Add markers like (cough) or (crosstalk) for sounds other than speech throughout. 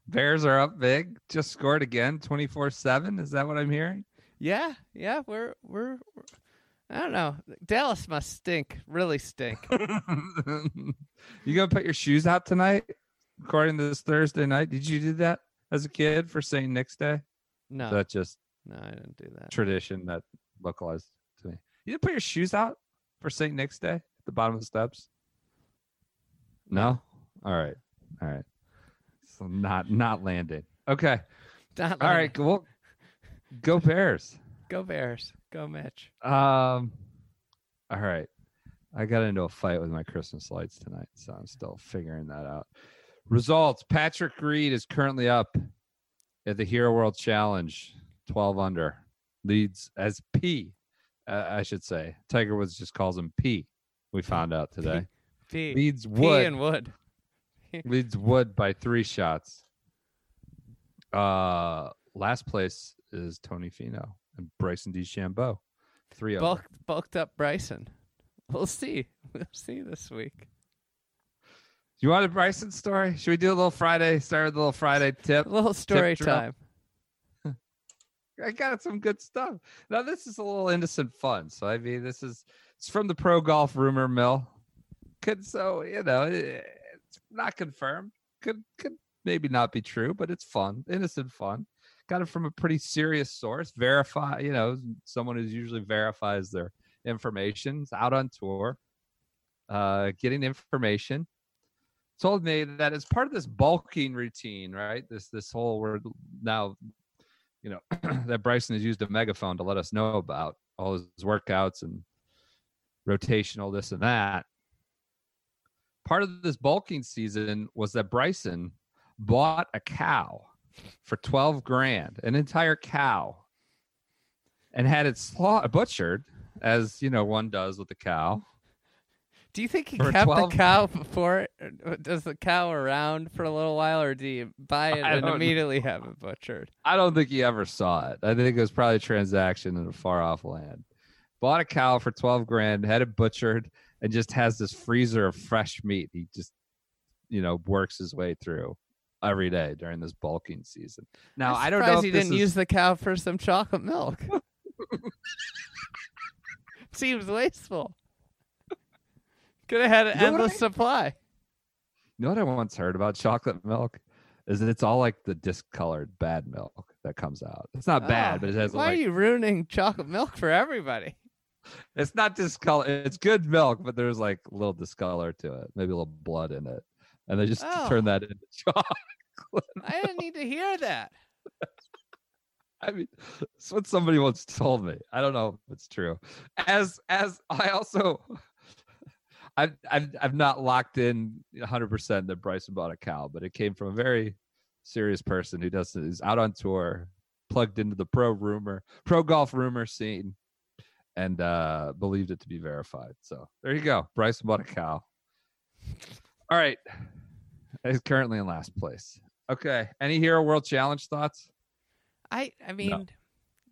Bears are up big. Just scored again, 24-7. Is that what I'm hearing? Yeah, yeah, we're we're, we're I don't know. Dallas must stink, really (laughs) stink. you going to put your shoes out tonight? According to this Thursday night, did you do that as a kid for St. Nick's Day? No, That's just no, I didn't do that. tradition that localized to me. You didn't put your shoes out for St. Nick's Day at the bottom of the steps? No? All right. All right. So not not landing. Okay. Not All like- right. Well, go Bears. go Bears, go Mitch. Um all right. I got into a fight with my Christmas lights tonight, so I'm still figuring that out. Results. Patrick Reed is currently up at the Hero World Challenge, 12 under. Leads as P, uh, I should say. Tiger Woods just calls him P. We found out today. P, P Leads Wood and Wood. leads Wood by three shots. Uh last place is Tony Fino and Bryson DeChambeau. Three over. Bulked, bulked up Bryson. We'll see. (laughs) We'll see this week. You want a Bryson story? Should we do a little Friday? Start with a little Friday tip. A little story drill. time. I got some good stuff. Now this is a little innocent fun. So I mean, this is it's from the pro golf rumor mill. Could so you know eh, it's not confirmed. Could could maybe not be true, but it's fun, innocent fun. Got it from a pretty serious source. Verify, you know, someone who's usually verifies their information. is out on tour, uh, getting information. Told me that as part of this bulking routine, right? This this whole we're now you know (clears throat) that Bryson has used a megaphone to let us know about all his workouts and rotational this and that. Part of this bulking season was that Bryson bought a cow for 12 grand, an entire cow, and had it slaughtered, butchered as you know one does with a cow. Do you think he For kept 12 the cow before? It, or does the cow around for a little while, or do you buy it I and don't immediately have it butchered? I don't think he ever saw it. I think it was probably a transaction in a far off land. Bought a cow for 12 grand, had it butchered, and just has this freezer of fresh meat. He just, you know, works his way through every day during this bulking season. Now, I'm I don't know if surprised he this didn't is- use the cow for some chocolate milk. Seems wasteful. Could have had an You know what I endless mean? supply. You know what I once heard about chocolate milk is that it's all like the discolored bad milk that comes out. It's not bad, Oh, but it has Why like are you ruining chocolate milk for everybody? it's not discolor. It's good milk, but there's like a little discolor to it, maybe a little blood in it, and they just Oh. turn that into (laughs) chocolate. I didn't need to hear that. I mean, that's what somebody once told me. I don't know if it's true. As as I also, (laughs) I've I've, I've not locked in 100 percent that Bryson bought a cow, but it came from a very serious person who does is out on tour, plugged into the pro rumor, pro golf rumor scene, and uh believed it to be verified. So there you go. Bryson bought a cow. All right, he's currently in last place. Okay, any Hero World Challenge thoughts? I I mean,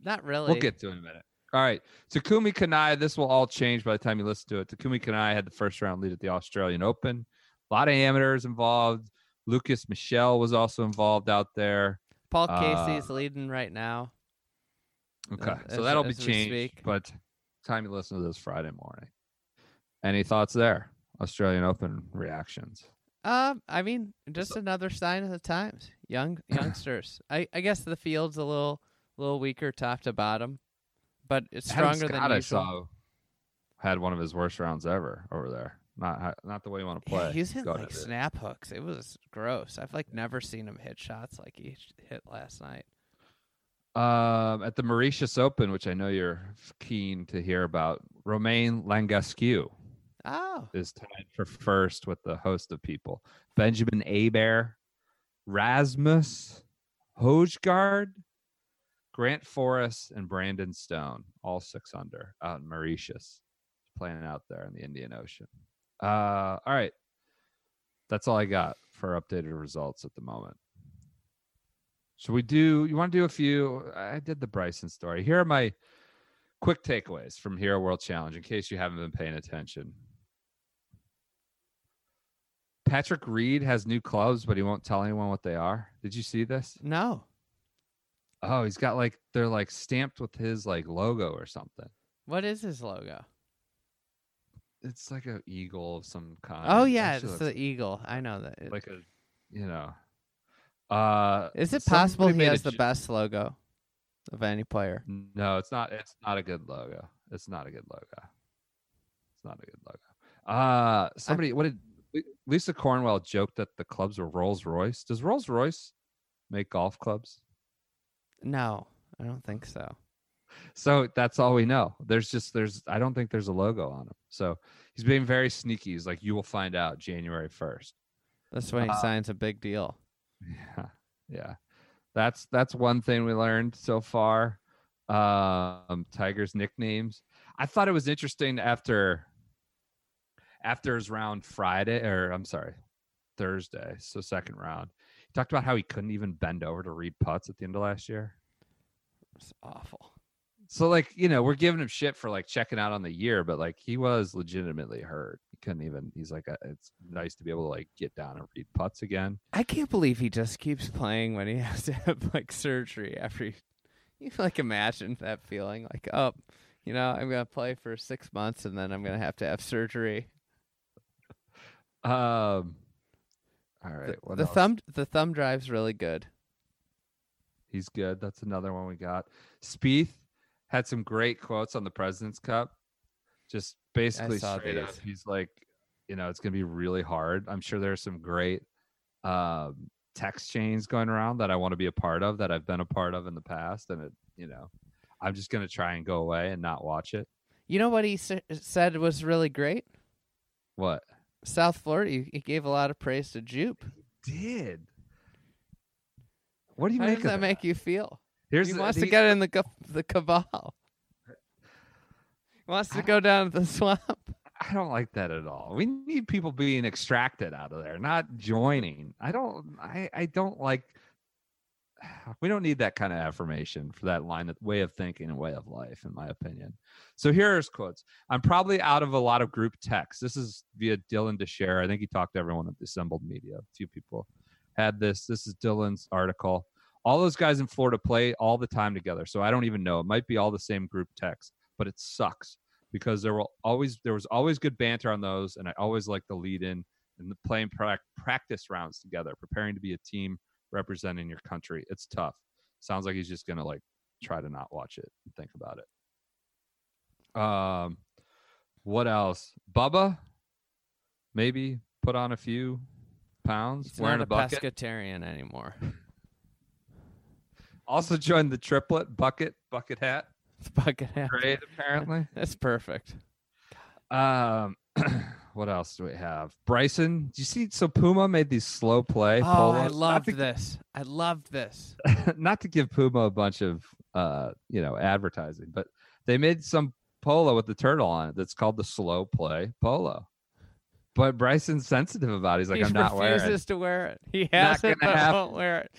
not really. We'll get to it in a minute. All right. Takumi Kanai, this will all change by the time you listen to it. Takumi Kanai had the first round lead at the Australian Open. A lot of amateurs involved. Lucas Michelle was also involved out there. Paul uh, Casey's leading right now. Okay. Uh, so as- that'll be as we changed speak. but time you listen to this Friday morning. Any thoughts there? Australian Open reactions. Um, I mean, just another sign of the times. Young youngsters. I, I guess the field's a little little weaker top to bottom, but it's Adam stronger Scott, than I usual. saw had one of his worst rounds ever over there. Not ho- not the way you want to Yeah, play. (laughs) he was hitting going like into it. snap hooks. It was gross. I've like never seen him hit shots like he sh- hit last night. Um, at the Mauritius Open, which I know you're keen to hear about, Romain Langascu Oh, is tied for first with the host of people. Benjamin Abear, Rasmus Hojgaard, Grant Forrest, and Brandon Stone, all six under out in Mauritius, playing out there in the Indian Ocean. Uh, all right. That's all I got for updated results at the moment. Should we do you want to do a few? I did the Bryson story. Here are my quick takeaways from Hero World Challenge in case you haven't been paying attention. Patrick Reed has new clubs, but he won't tell anyone what they are. Did you see this? no. Oh, he's got like they're like stamped with his like logo or something. What is his logo? It's like a eagle of some kind. oh, It yeah, it's actually the eagle. I know that. looks like a you know. Uh Is it somebody possible he made a has the jo- best logo of any player? No, it's not. It's not a good logo. It's not a good logo. It's not a good logo. Uh somebody. what did Li- Lisa Cornwell joked that the clubs were Rolls Royce? Does Rolls Royce make golf clubs? No, I don't think so. So that's all we know. There's just there's I don't think there's a logo on him. So he's being very sneaky. He's like, you will find out January first. That's when he Uh, signs a big deal. Yeah. (laughs) Yeah. That's that's one thing we learned so far. Um Tiger's nicknames. I thought it was interesting after after his round Friday or I'm sorry, Thursday, so second round. He talked about how he couldn't even bend over to read putts at the end of last year. It's awful. So like, you know, we're giving him shit for like checking out on the year, but like he was legitimately hurt. He couldn't even he's like "Uh, it's nice to be able to like get down and read putts again. I can't believe he just keeps playing when he (laughs) has to have like surgery every. (laughs) You like imagine that feeling like, oh, you know, I'm gonna play for six months and then I'm gonna have to have surgery. Um all The- right. what the else? thumb, the thumb drive's really good. He's good. That's another one we got. Spieth had some great quotes on the President's Cup. Just basically saw straight up, these. he's like, you know, it's going to be really hard. I'm sure there's some great um, text chains going around that I want to be a part of that I've been a part of in the past, and it, you know, I'm just going to try and go away and not watch it. You know what he s- said was really great? What South Florida. He, he gave a lot of praise to Jupe. did? What do you How make does of that make you feel? Here's he the- wants to the- get in the ca- the cabal. He wants to I- go down to the (laughs) swamp. I don't like that at all. We need people being extracted out of there, not joining. I don't I I don't like (sighs) we don't need that kind of affirmation for that line of way of thinking and way of life in my opinion. So here are his quotes. I'm probably out of a lot of group texts. This is via Dylan DeShare. I think he talked to everyone at the assembled media. A few people had this. This is Dylan's article. All those guys in Florida play all the time together. So I don't even know. It might be all the same group text, but it sucks because there will always there was always good banter on those, and I always like the lead in and the playing prac- practice rounds together, preparing to be a team representing your country. It's tough. Sounds like he's just gonna like try to not watch it and think about it. Um, what else? Bubba, maybe put on a few pounds. He's wearing not a a bucket. pescatarian anymore. (laughs) Also joined the triplet bucket bucket hat It's bucket hat. trade apparently. That's perfect. Um, (clears throat) what else do we have? Bryson, do you see? So Puma made these slow play. Oh, I pull-ups. loved not this. I loved this. to, (laughs) not to give Puma a bunch of uh, you know, advertising, but they made some polo with the turtle on it that's called the slow play polo. But Bryson's sensitive about. it. He's like, he I'm not refuses wearing. it." to wear it. He Not has it, gonna but happen. won't wear it.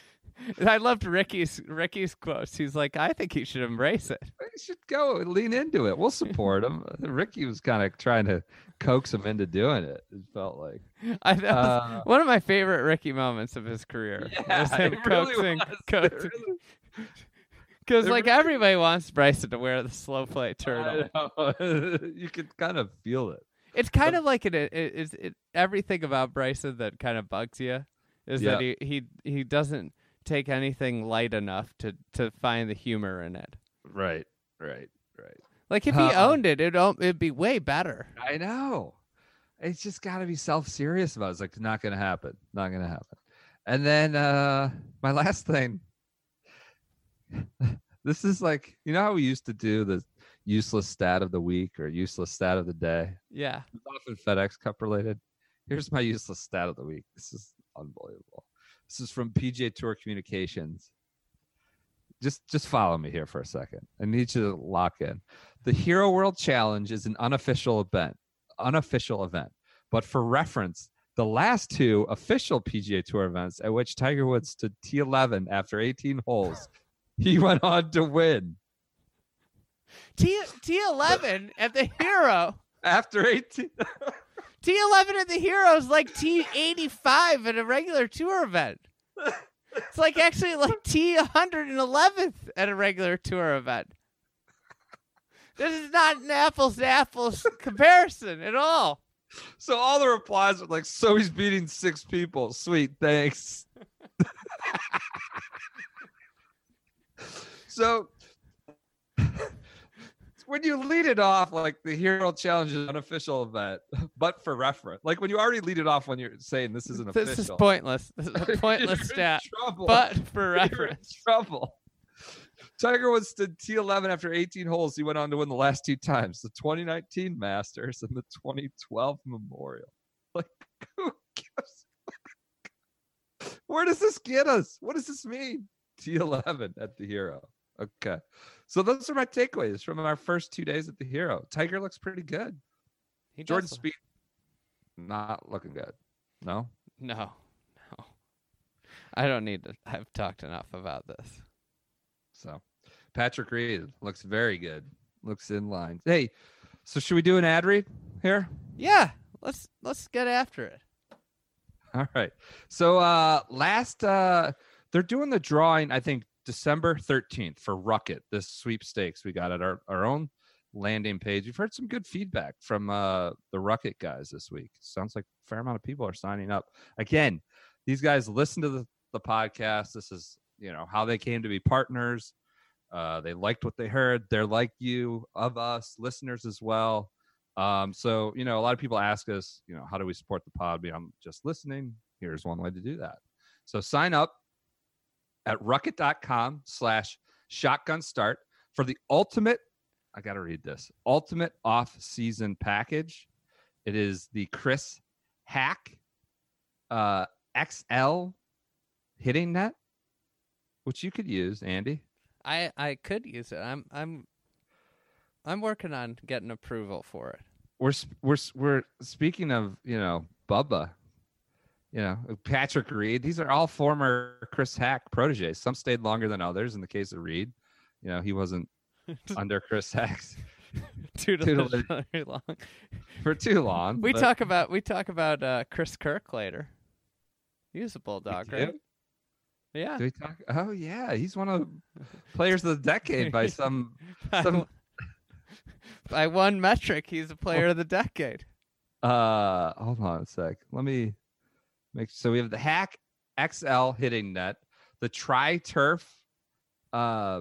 And I loved Ricky's Ricky's quotes. He's like, I think he should embrace it. You should go and lean into it. We'll support him. (laughs) Ricky was kind of trying to coax him into doing it. It felt like. (laughs) I that was Uh, one of my favorite Ricky moments of his career. was him coaxing, Because coaxing. Because It like really- (laughs) everybody wants Bryson to wear the slow play turtle. you could kind of feel it. It's kind of like it. It is it, everything about Bryson that kind of bugs you is that he, he he doesn't take anything light enough to to find the humor in it. Right, right, right. Like if he Uh-uh. owned it, it it'd be way better. I know. It's just got to be self serious about it. It's like, not going to happen. Not going to happen. And then uh, my last thing (laughs) this is like, you know how we used to do the useless stat of the week or useless stat of the day? Yeah. It's often FedEx Cup related. Here's my useless stat of the week. This is unbelievable. This is from PJ Tour Communications. Just just follow me here for a second. I need you to lock in. The Hero World Challenge is an unofficial event. Unofficial event. But for reference, the last two official PGA Tour events at which Tiger Woods stood T11 after 18 holes, (laughs) he went on to win. T T eleven at the hero. After 18 T eleven at the hero is like T eighty five at a regular tour event. It's like actually like T one hundred and eleventh at a regular tour event. This is not an apples to apples comparison at all. So all the replies were like, "So he's beating six people. Sweet, thanks." (laughs) so when you lead it off like the hero challenge is an unofficial event, but for reference, like when you already lead it off when you're saying this isn't This is official, pointless. This is a pointless (laughs) you're in stat. trouble. (laughs) But for You're in reference, trouble. Tiger Woods stood T11 after 18 holes. He went on to win the last two times the 2019 Masters and the 2012 Memorial. Like, (laughs) who gives a fuck? Where does this get us? What does this mean? T11 at the Hero. Okay. So those are my takeaways from our first two days at the Hero. Tiger looks pretty good. he Jordan does- Speed, not looking good. No? (laughs) No, no. I don't need to. I've talked enough about this. So Patrick Reed looks very good. Looks in line. Hey, so should we do an ad read here? Yeah, let's let's get after it. (laughs) All right. So uh last uh they're doing the drawing, I think December 13th for Rucket, this sweepstakes we got at our, our own landing page. We've heard some good feedback from uh the Rucket guys this week. Sounds like a fair amount of people are signing up. Again, these guys listen to the, the podcast. This is you know how they came to be partners. Uh, they liked what they heard. They're like you, of us, listeners as well. Um, so, you know, a lot of people ask us, you know, how do we support the pod beyond just listening? Here's one way to do that. So sign up at rucket.com slash shotgun start for the ultimate, I got to read this, ultimate off season package. It is the Chris Hack uh, XL hitting net, which you could use, Andy. I I could use it. I'm I'm I'm working on getting approval for it. (laughs) we're sp- we're s- we're speaking of you know Bubba, you know Patrick Reed. These are all former Chris Hack proteges. Some stayed longer than others. In the case of Reed, you know he wasn't under Chris Hack's Toodle Toodaloo. (laughs) very long. (laughs) for too long. We but talk about we talk about uh, Chris Kirk later. He was a bulldog, do? right? Yeah. (laughs) Do we talk? Oh yeah, he's one of the players of the decade by some By some- (laughs) one- By one metric, he's a player of the decade. Uh, hold on a sec. Let me make so we have the Hack XL hitting net, the Tri Turf, uh,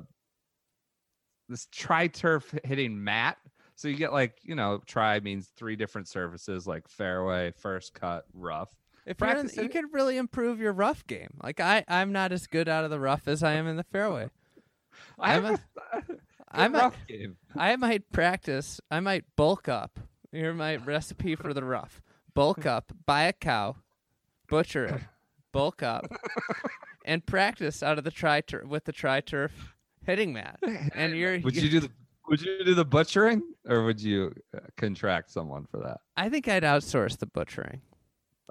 this Tri Turf hitting mat. So you get like you know, tri means three different surfaces like fairway, first cut, rough. If you're in, Practice you it. could really improve your rough game. Like I, I'm not as good out of the rough as I am in the fairway. I I'm have a, I I'm rough (laughs) might, game. I might practice. I might bulk up. Here's my recipe for the rough: bulk up, buy a cow, butcher it, bulk up, and practice out of the tri with the tri turf hitting mat. (laughs) And you're. Would you do the would you do the butchering or would you uh, contract someone for that? I think I'd outsource the butchering.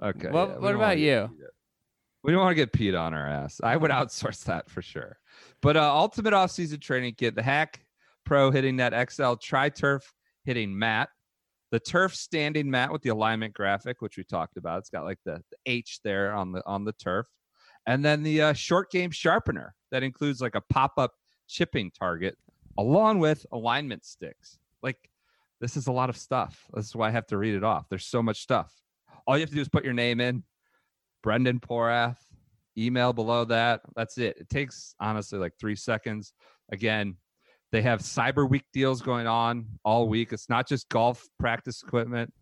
Okay. What- yeah, we what don't about wanna get you? peed at. We don't want to get peed on our ass. I would (laughs) outsource that for sure. But uh, ultimate offseason training kit, the Hack Pro hitting that XL tri turf hitting mat, the turf standing mat with the alignment graphic, which we talked about. It's got like the, the H there on the on the turf, and then the uh, short game sharpener that includes like a pop up chipping target along with alignment sticks. Like This is a lot of stuff. This is why I have to read it off. There's so much stuff. All you have to do is put your name in, Brendan Porath, email below that. That's it. It takes honestly like three seconds. Again, they have Cyber Week deals going on all week. It's not just golf practice equipment,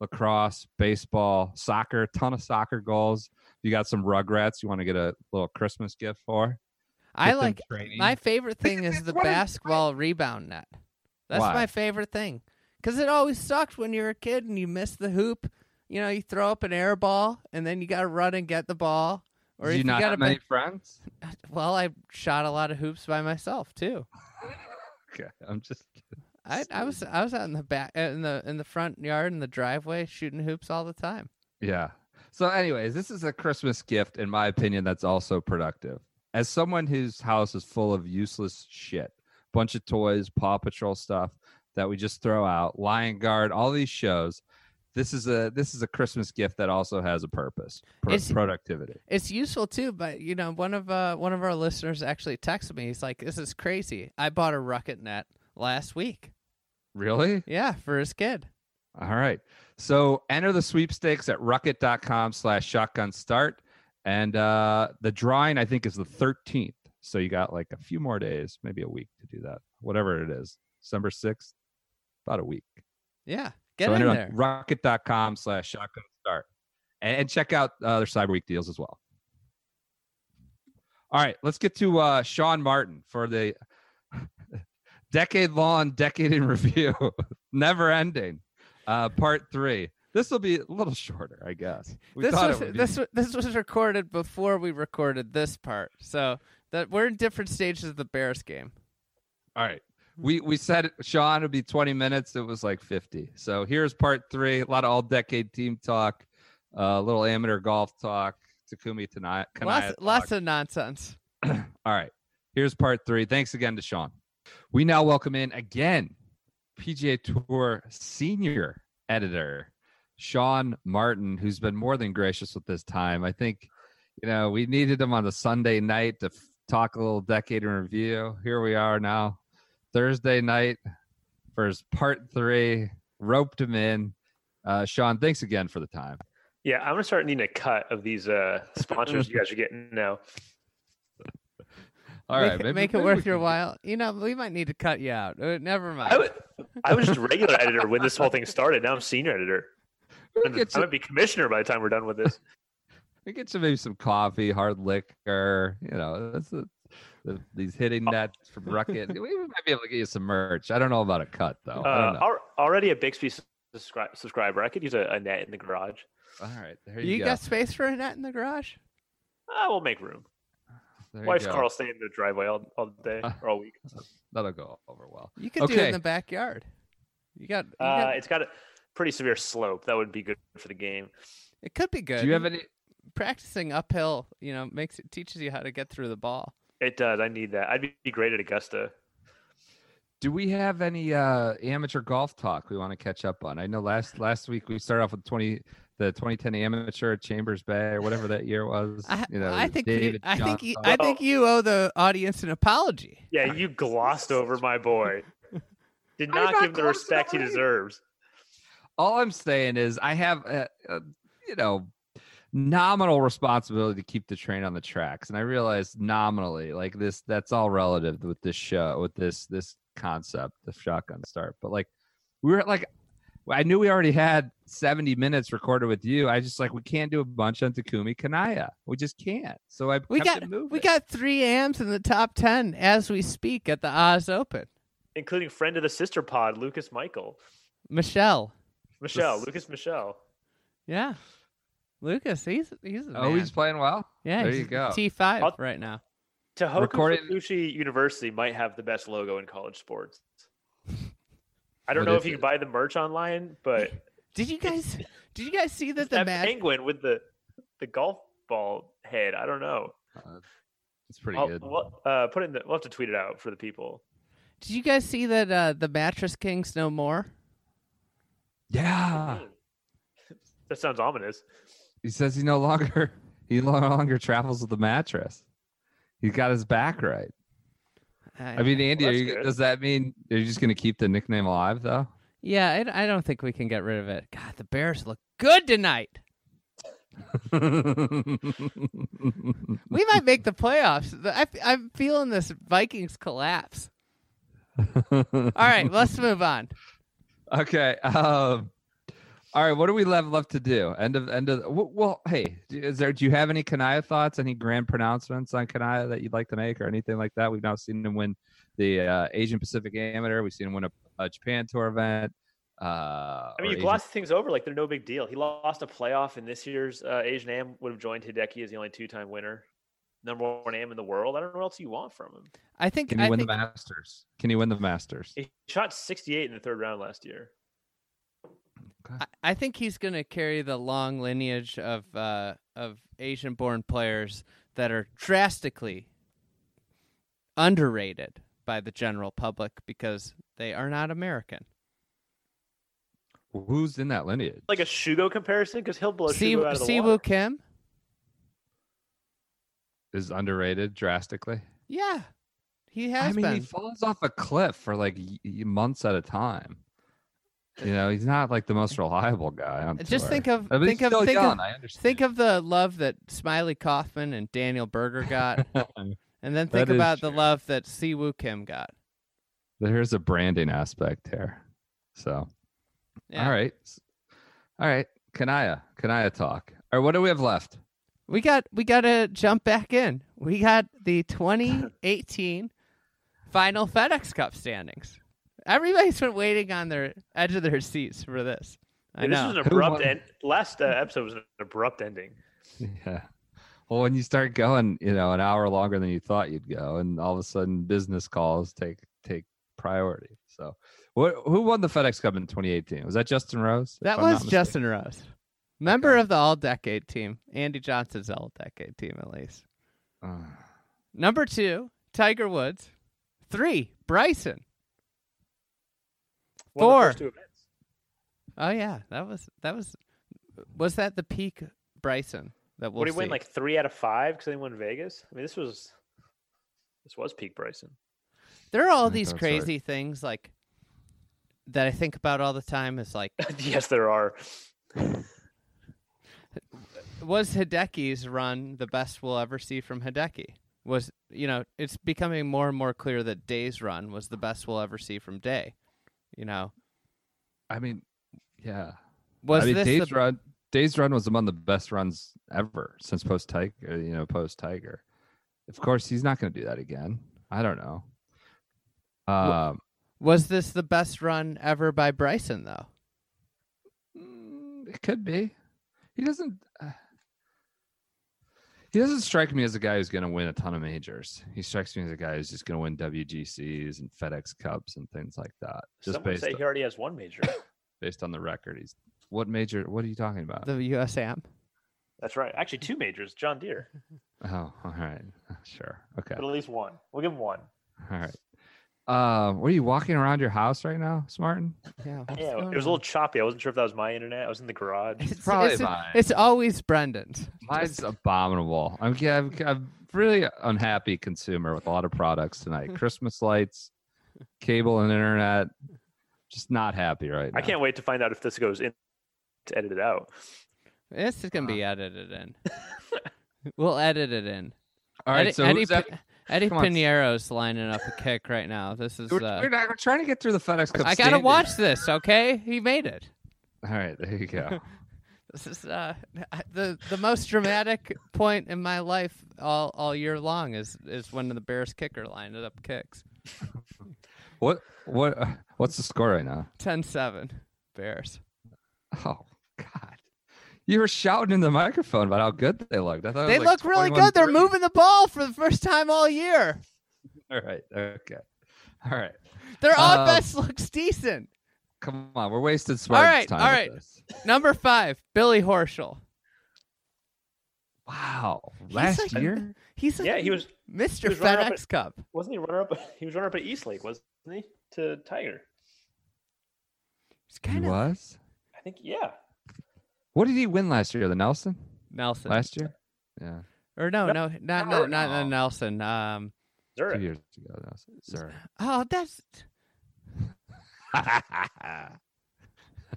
lacrosse, baseball, soccer, ton of soccer goals. You got some Rugrats you want to get a little Christmas gift for. I Get them like training. my favorite thing is that's the what I'm- basketball rebound net. That's Why? my favorite thing because it always sucked when you're a kid and you miss the hoop. You know, you throw up an air ball and then you got to run and get the ball. Or Do if you you not got have many friends? (laughs) (laughs) well, I shot a lot of hoops by myself too. Okay, I'm just kidding. I, I was I was out in the back uh, in the in the front yard in the driveway shooting hoops all the time. yeah. So, anyways, this is a Christmas gift, in my opinion, that's also productive. As someone whose house is full of useless shit, bunch of toys, Paw Patrol stuff that we just throw out, Lion Guard, all these shows, this is a this is a Christmas gift that also has a purpose, pro- It's- productivity. It's useful too, but you know, one of uh, one of our listeners actually texted me. He's like, "This is crazy. I bought a rocket net last week. Really? Yeah, for his kid. All right. So enter the sweepstakes at rucket.com slash shotgun start. And uh, the drawing, I think, is the 13th. So you got like a few more days, maybe a week to do that, whatever it is. December 6th, about a week. Yeah, get so in enter there. on rocket.com slash shotgun start. And, and check out uh, their Cyber Week deals as well. All right, let's get to uh, Sean Martin for the (laughs) decade long, decade in review, (laughs) never ending, uh, part three. This will be a little shorter, I guess. We this thought was it would be. this wa- this was recorded before we recorded this part, so that we're in different stages of the Bears game. All right. Hmm. We we said Sean would be 20 minutes. It was like 50. So here's part three. A lot of all decade team talk, uh, a little amateur golf talk, Takumi tonight. Lots lots of nonsense. All right. Here's part three. Thanks again to Sean. We now welcome in again PGA Tour senior editor Sean Martin, who's been more than gracious with this time. I think, you know, we needed him on the Sunday night to f- talk a little decade in review. Here we are now, Thursday night for his part three. Roped him in. Uh, Sean, thanks again for the time. Yeah, I'm gonna start needing a cut of these uh, sponsors you guys are getting now. All make, right, it- maybe- make maybe it we worth your can- while. You know, we might need to cut you out. Uh, never mind. I was, (laughs) I was just regular editor when this whole thing started. Now I'm senior editor. we I'm can get you- gonna be commissioner by the time we're done (laughs) with this. We get you maybe some coffee, hard liquor. You know, that's a, the, these hitting Oh. nets from (laughs) Rucket. we might be able to get you some merch. I don't know about a cut though. I don't Uh, know. al- already a Bixby subscri- subscriber. I could use a, a net in the garage. All right, there you, you go. got space for a net in the garage? Uh, we'll make room. There you Wife go. Carl staying in the driveway all, all day Uh, or all week. That'll go over well. You could do it Okay. in the backyard. You got, you Uh, got- it's got a pretty severe slope. That would be good for the game. it could be good. Do you have any? practicing uphill? You know, makes it teaches you how to get through the ball. It does. I need that. I'd be- be great at Augusta. Do we have any uh, amateur golf talk we want to catch up on? I know last last week we started off with twenty the 2010 amateur at Chambers Bay or whatever that year was. I, you know, I think you, David I think Johnson. you, I think you owe the audience an apology. Yeah, you glossed over (laughs) my boy. Did not, give him the respect he deserves. all I'm saying is I have, a, a, you know, nominal responsibility to keep the train on the tracks, and I realize nominally, like this, that's all relative with this show, with this this concept, the shotgun start. But like, we were like, I knew we already had 70 minutes recorded with you. I just like we can't do a bunch on Takumi Kanaya. We just can't. So I We kept got it moving. we got three AMs in the top ten as we speak at the Oz Open. including friend of the sister pod, Lucas Michael, Michelle, Michelle, This- Lucas Michelle. yeah, Lucas, he's he's the Oh, man. he's playing well. yeah, there he's you go. T five I'll- right now. Tohoku Recorded- Fukushi University might have the best logo in college sports. I don't What know is if you can it? buy the merch online, but Did you guys did you guys see that the that match? penguin with the the golf ball head. I don't know. Uh, it's pretty I'll- good. We'll, uh, put it in the, we'll have to tweet it out for the people. Did you guys see that uh, the mattress kings no more? yeah. Hmm. (laughs) That sounds ominous. He says he no longer (laughs) he no longer travels with a mattress. He's got his back right. I mean, Andy, Well, are that's you, good. (laughs) does that mean are you just going to keep the nickname alive though? (laughs) Yeah, I, I don't think we can get rid of it. God, the Bears look good tonight. We might make the playoffs. The- I, I'm feeling this Vikings collapse. All (laughs) right, let's move on. okay. Um, all right. What do we have left to do? End of end of. w- Well, hey, d- is there? Do you have any Kanaya thoughts? Any grand pronouncements on Kanaya that you'd like to make, or anything like that? We've now seen him win the uh, Asian Pacific Amateur. We've seen him win a, a Japan Tour event. Uh, I or mean, you Asian- gloss things over like they're no big deal. He lost a playoff in this year's uh, Asian Am. Would have joined Hideki as the only two-time winner, number one Am in the world. I don't know what else you want from him. I think Can he I win think, the Masters? Can he win the Masters? He shot 68 in the third round last year. I, I think he's going to carry the long lineage of uh, of Asian-born players that are drastically underrated by the general public because they are not American. Who's in that lineage? Like a Shugo comparison, because he'll blow Si- Shugo out of the Siwoo water. Kim, is underrated drastically. yeah, he I has mean, he been. falls off a cliff for like y- y- months at a time. You know, he's not like the (laughs) most reliable guy. on Just tour. think of I mean, think he's of still think of young, I understand. Think of the love that Smiley Kaufman and Daniel Berger got, and then think That is about the true. love that Siwoo Kim got. (laughs) There's a branding aspect here. So, Yeah. all right, all right. Kanaya, Kanaya talk. All right, what do we have left? We got we got to jump back in. We got the 2018 final FedEx Cup standings. Everybody's been waiting on their edge of their seats for this. I And this know. was an Who abrupt won? end. Last uh, episode was an abrupt ending. Yeah. Well, when you start going, you know, an hour longer than you thought you'd go, and all of a sudden business calls take take priority. So, what? Who won the FedEx Cup in 2018? Was that Justin Rose? that if I'm was not Justin Rose, member of the All Decade team, Andy Johnson's All Decade team at least. mistaken? Uh, Number two, Tiger Woods. Three, Bryson. Won the Four. first two events. Oh yeah, that was that was was that the peak Bryson that we'll what did he see. win? Like three out of five because they won Vegas. I mean, this was this was peak Bryson. (laughs) there are all think these that's right. crazy things like that I think about all the time is (laughs) like yes, there are. was Hideki's run the best we'll ever see from Hideki? Was you know, it's becoming more and more clear that Day's run was the best we'll ever see from Day. You know, I mean, yeah. was I mean, this Dave's the, run. Dave's run was among the best runs ever since post Tiger. You know, post Tiger. Of course, he's not going to do that again. I don't know. Um, was this the best run ever by Bryson though? mm, it could be. He doesn't. Uh, he doesn't strike me as a guy who's going to win a ton of majors. He strikes me as a guy who's just going to win WGCs and FedEx Cups and things like that. Just Some would based say on, he already has one major. based on the record, he's what major? What are you talking about? The USAM? That's right. Actually, two majors. John Deere, Oh, all right. (laughs) Sure. Okay. but at least one. We'll give him one. All right. Um, what are you walking around your house right now, Smartin? Yeah. what's Yeah, it going was on? a little choppy. I wasn't sure if that was my internet. I was in the garage. It's (laughs) probably it's, mine. it's always Brendan's. Mine's abominable. I'm, g- I'm, I'm really unhappy consumer with a lot of products tonight. (laughs) Christmas lights, cable and internet. Just not happy right (laughs) now. I can't wait to find out if this goes in to edit it out. This is gonna be Uh. edited (laughs) in. we'll edit it in. All right. Eddie, so Eddie, who's that? (laughs) Pi- Eddie Come on. Pinero's lining up a kick right now. This is. We're, Uh, we're not- we're trying to get through the FedEx Cup. I gotta standings. watch this. Okay, he made it. All right. There you (laughs) go. This is uh, the the most dramatic point in my life all all year long is is when the Bears kicker lined it up kicks what what (laughs) uh, what's the score right now? 10-7 Bears. Oh God. You were shouting in the microphone about how good they looked. I thought it They was like look really good. They're 21-3. moving the ball for the first time all year. All right. Okay. All right. Their Um, offense looks decent. Come on, we're wasting Spartan's right, time. all with right. this. Number five, Billy Horschel. Wow. He's Last like- year? He's like Yeah, he was. Mr. he was runner-up FedEx Cup. Wasn't he runner up? (laughs) He was runner up at East Lake, wasn't he? To Tiger. He's He kind of was? I think. Yeah. What did he win last year? The Nelson? Nelson. Last year? Yeah. Or no, no, not no, No, not no. no. Nelson. Um, Two Zurich. years ago. Nelson. Sorry. oh, that's I,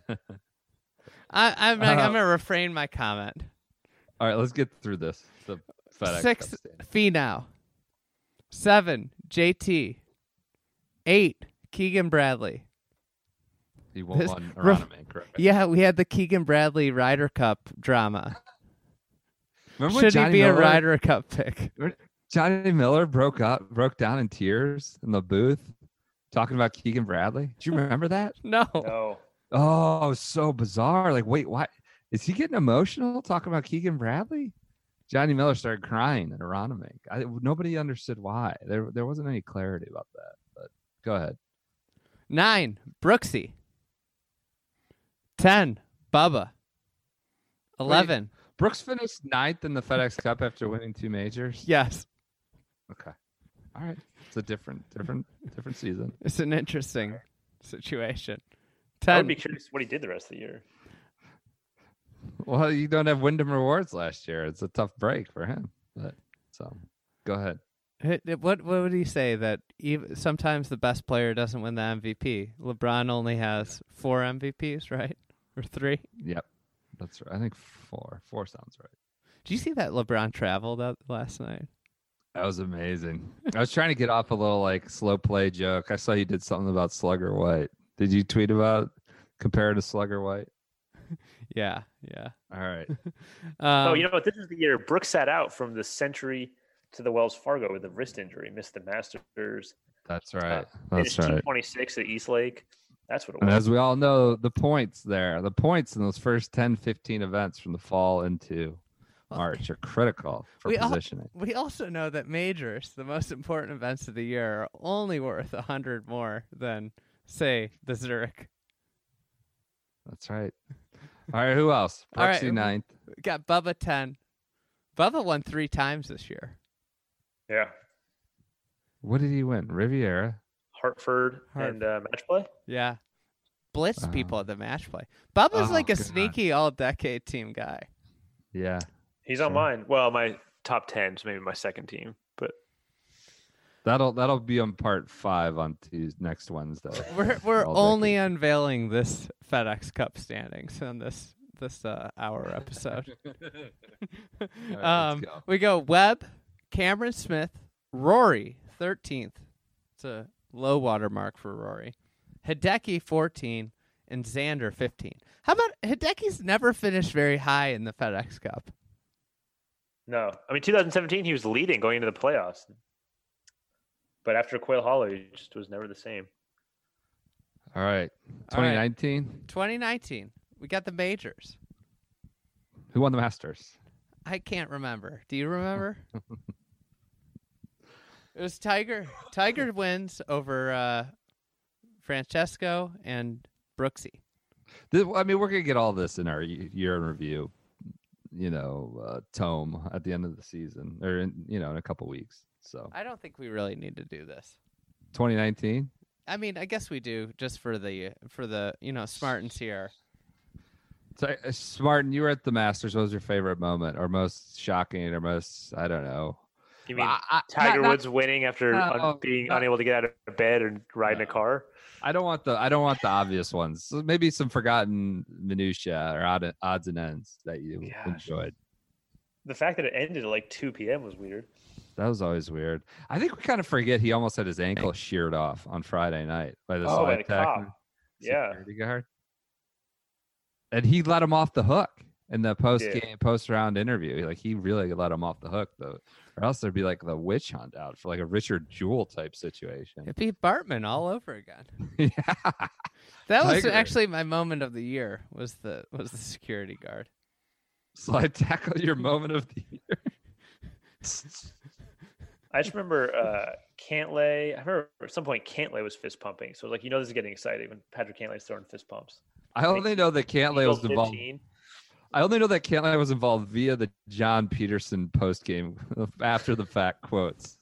I'm not, Uh, I'm gonna refrain my comment. (laughs) All right, let's get through this. The FedEx Six Cup standings. Fee now. Seven JT. Eight Keegan Bradley. He won this- one Ref- Aronoman, correct? Yeah, we had the Keegan Bradley Ryder Cup drama. Remember when Should he Johnny be a Miller- Ryder Cup pick? (laughs) Johnny Miller broke up, broke down in tears in the booth, talking about Keegan Bradley. Do you remember that? No. No. Oh, it was so bizarre. Like, wait, why is he getting emotional talking about Keegan Bradley? Johnny Miller started crying at Aronimink. I nobody understood why. There there wasn't any clarity about that. But go ahead. Nine Brooksy. Ten Bubba. Eleven. Brooks finished ninth in the FedEx Cup after winning two majors. Yes. Okay. All right. It's a different, different, different season. It's an interesting situation. I Ten. would be curious what he did the rest of the year. Well, you don't have Wyndham Rewards last year. It's a tough break for him. But so go ahead. Hit- it- What what would he say that ev sometimes the best player doesn't win the MVP? LeBron only has four MVPs, right? Or three? Yep. That's right. I think four. Four sounds right. Did you see that LeBron traveled out last night? That was amazing. I was trying to get off a little like slow play joke. I saw you did something about Slugger White. Did you tweet about compare to Slugger White? Yeah, yeah. All (laughs) right. Um, oh, you know what? This is the year Brooks sat out from the Century to the Wells Fargo with a wrist injury, missed the Masters. That's Uh, right. finished That's right. 226 at Eastlake. That's what it And was. as we all know, the points there, the points in those first 10, 15 events from the fall into March are critical for We all- positioning. we also know that majors, the most important events of the year, are only worth a hundred more than say the Zurich. That's right. All right. Who else? (laughs) All right, Proxy ninth. We got Bubba ten. Bubba won three times this year. yeah. What did he win? Riviera. Hartford Hart- and uh, match play. Yeah. Blitz Wow. people at the match play. Bubba's Oh, like a God. sneaky all decade team guy. Yeah. He's on Sure. mine. Well, my top 10, so maybe my second team. But That'll that'll be on part five on Tuesday, next Wednesday. (laughs) We're we're All only decade. unveiling this FedEx Cup standings on this this uh, hour (laughs) episode. let's um, go. We go Webb, Cameron Smith, Rory thirteenth. It's a low water mark for Rory. Hideki fourteen and Xander fifteen. How about Hideki's never finished very high in the FedEx Cup? no, I mean, 2017, he was leading going into the playoffs. But after Quail Hollow, he just was never the same. All right. All right. 2019. Twenty nineteen. We got the majors. Who won the Masters? I can't remember. Do (laughs) you remember? it was Tiger. Tiger wins over uh, Francesco and Brooksy. This, I mean, we're gonna get all this in our y- year in review, you know, uh, tome at the end of the season, or in, you know, in a couple weeks. So I don't think we really need to do this. 2019. I mean, I guess we do just for the for the you know Smartens here. So, uh, Smartin, you were at the Masters. What was your favorite moment, or most shocking, or most I don't know? You mean I- I- Tiger not- not- Woods winning after un- No, being no. unable to get out of bed and ride in a No. car? I don't want the I don't want the obvious ones. So maybe some forgotten minutia or odd, odds and ends that you Gosh. enjoyed. The fact that it ended at like 2 p.m. was weird. That was always weird. I think we kind of forget he almost had his ankle sheared off on Friday night by this Oh, live by the tech cop. Yeah. security guard. And he let him off the hook in the post game post round interview. Like he really let him off the hook though. Or else there'd be like the witch hunt out for like a Richard Jewell type situation. It beat Bartman all over again. (laughs) yeah. That was Tiger. actually my moment of the year. Was the was the security guard? Slide tackle your moment of the year. (laughs) I just remember uh, Cantlay. I remember at some point Cantlay was fist pumping. So like you know this is getting exciting when Patrick Cantlay's throwing fist pumps. I only know that Cantlay was Eagles involved 15. I only know that Cantlay was involved via the John Peterson post game (laughs) after the fact quotes.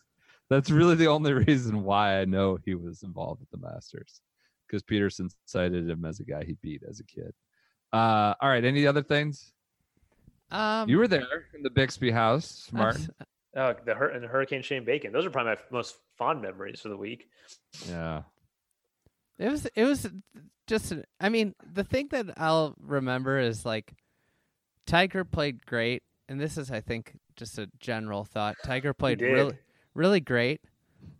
That's really the only reason why I know he was involved with the Masters, because Peterson cited him as a guy he beat as a kid. Uh, all right, any other things? Um, uh, You were there in the Bixby house, I Martin. s- Oh, the Hur- and Hurricane Shane Bacon. Those are probably my f- most fond memories for the week. Yeah. It was it was just I mean, the thing that I'll remember is like Tiger played great and this is I think just a general thought. Tiger played did. really really great,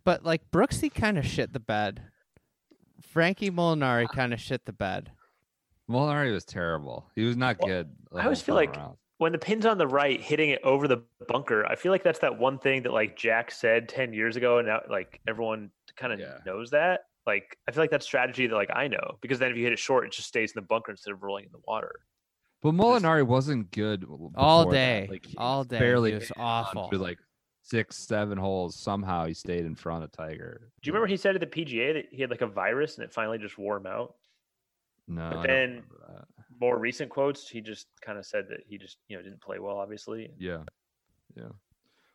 but like Brooksy kind of shit the bed. Frankie Uh, Molinari kind of shit the bed. Molinari was terrible. He was not good. the I always whole feel time like- around. When the pin's on the right, hitting it over the bunker, I feel like that's that one thing that like Jack said ten years ago, and now like everyone kind of Yeah. knows that. Like I feel like that strategy that like I know because then if you hit it short, it just stays in the bunker instead of rolling in the water. but Molinari wasn't good w- All before that. day. Like, he all day. barely He was made it on awful. through like six, seven holes. Somehow he stayed in front of Tiger. Do you Mm-hmm. remember he said at the PGA that he had like a virus and it finally just wore him out? No. I but don't then- remember that. More recent quotes, he just kind of said that he just you know didn't play well, obviously. Yeah, yeah.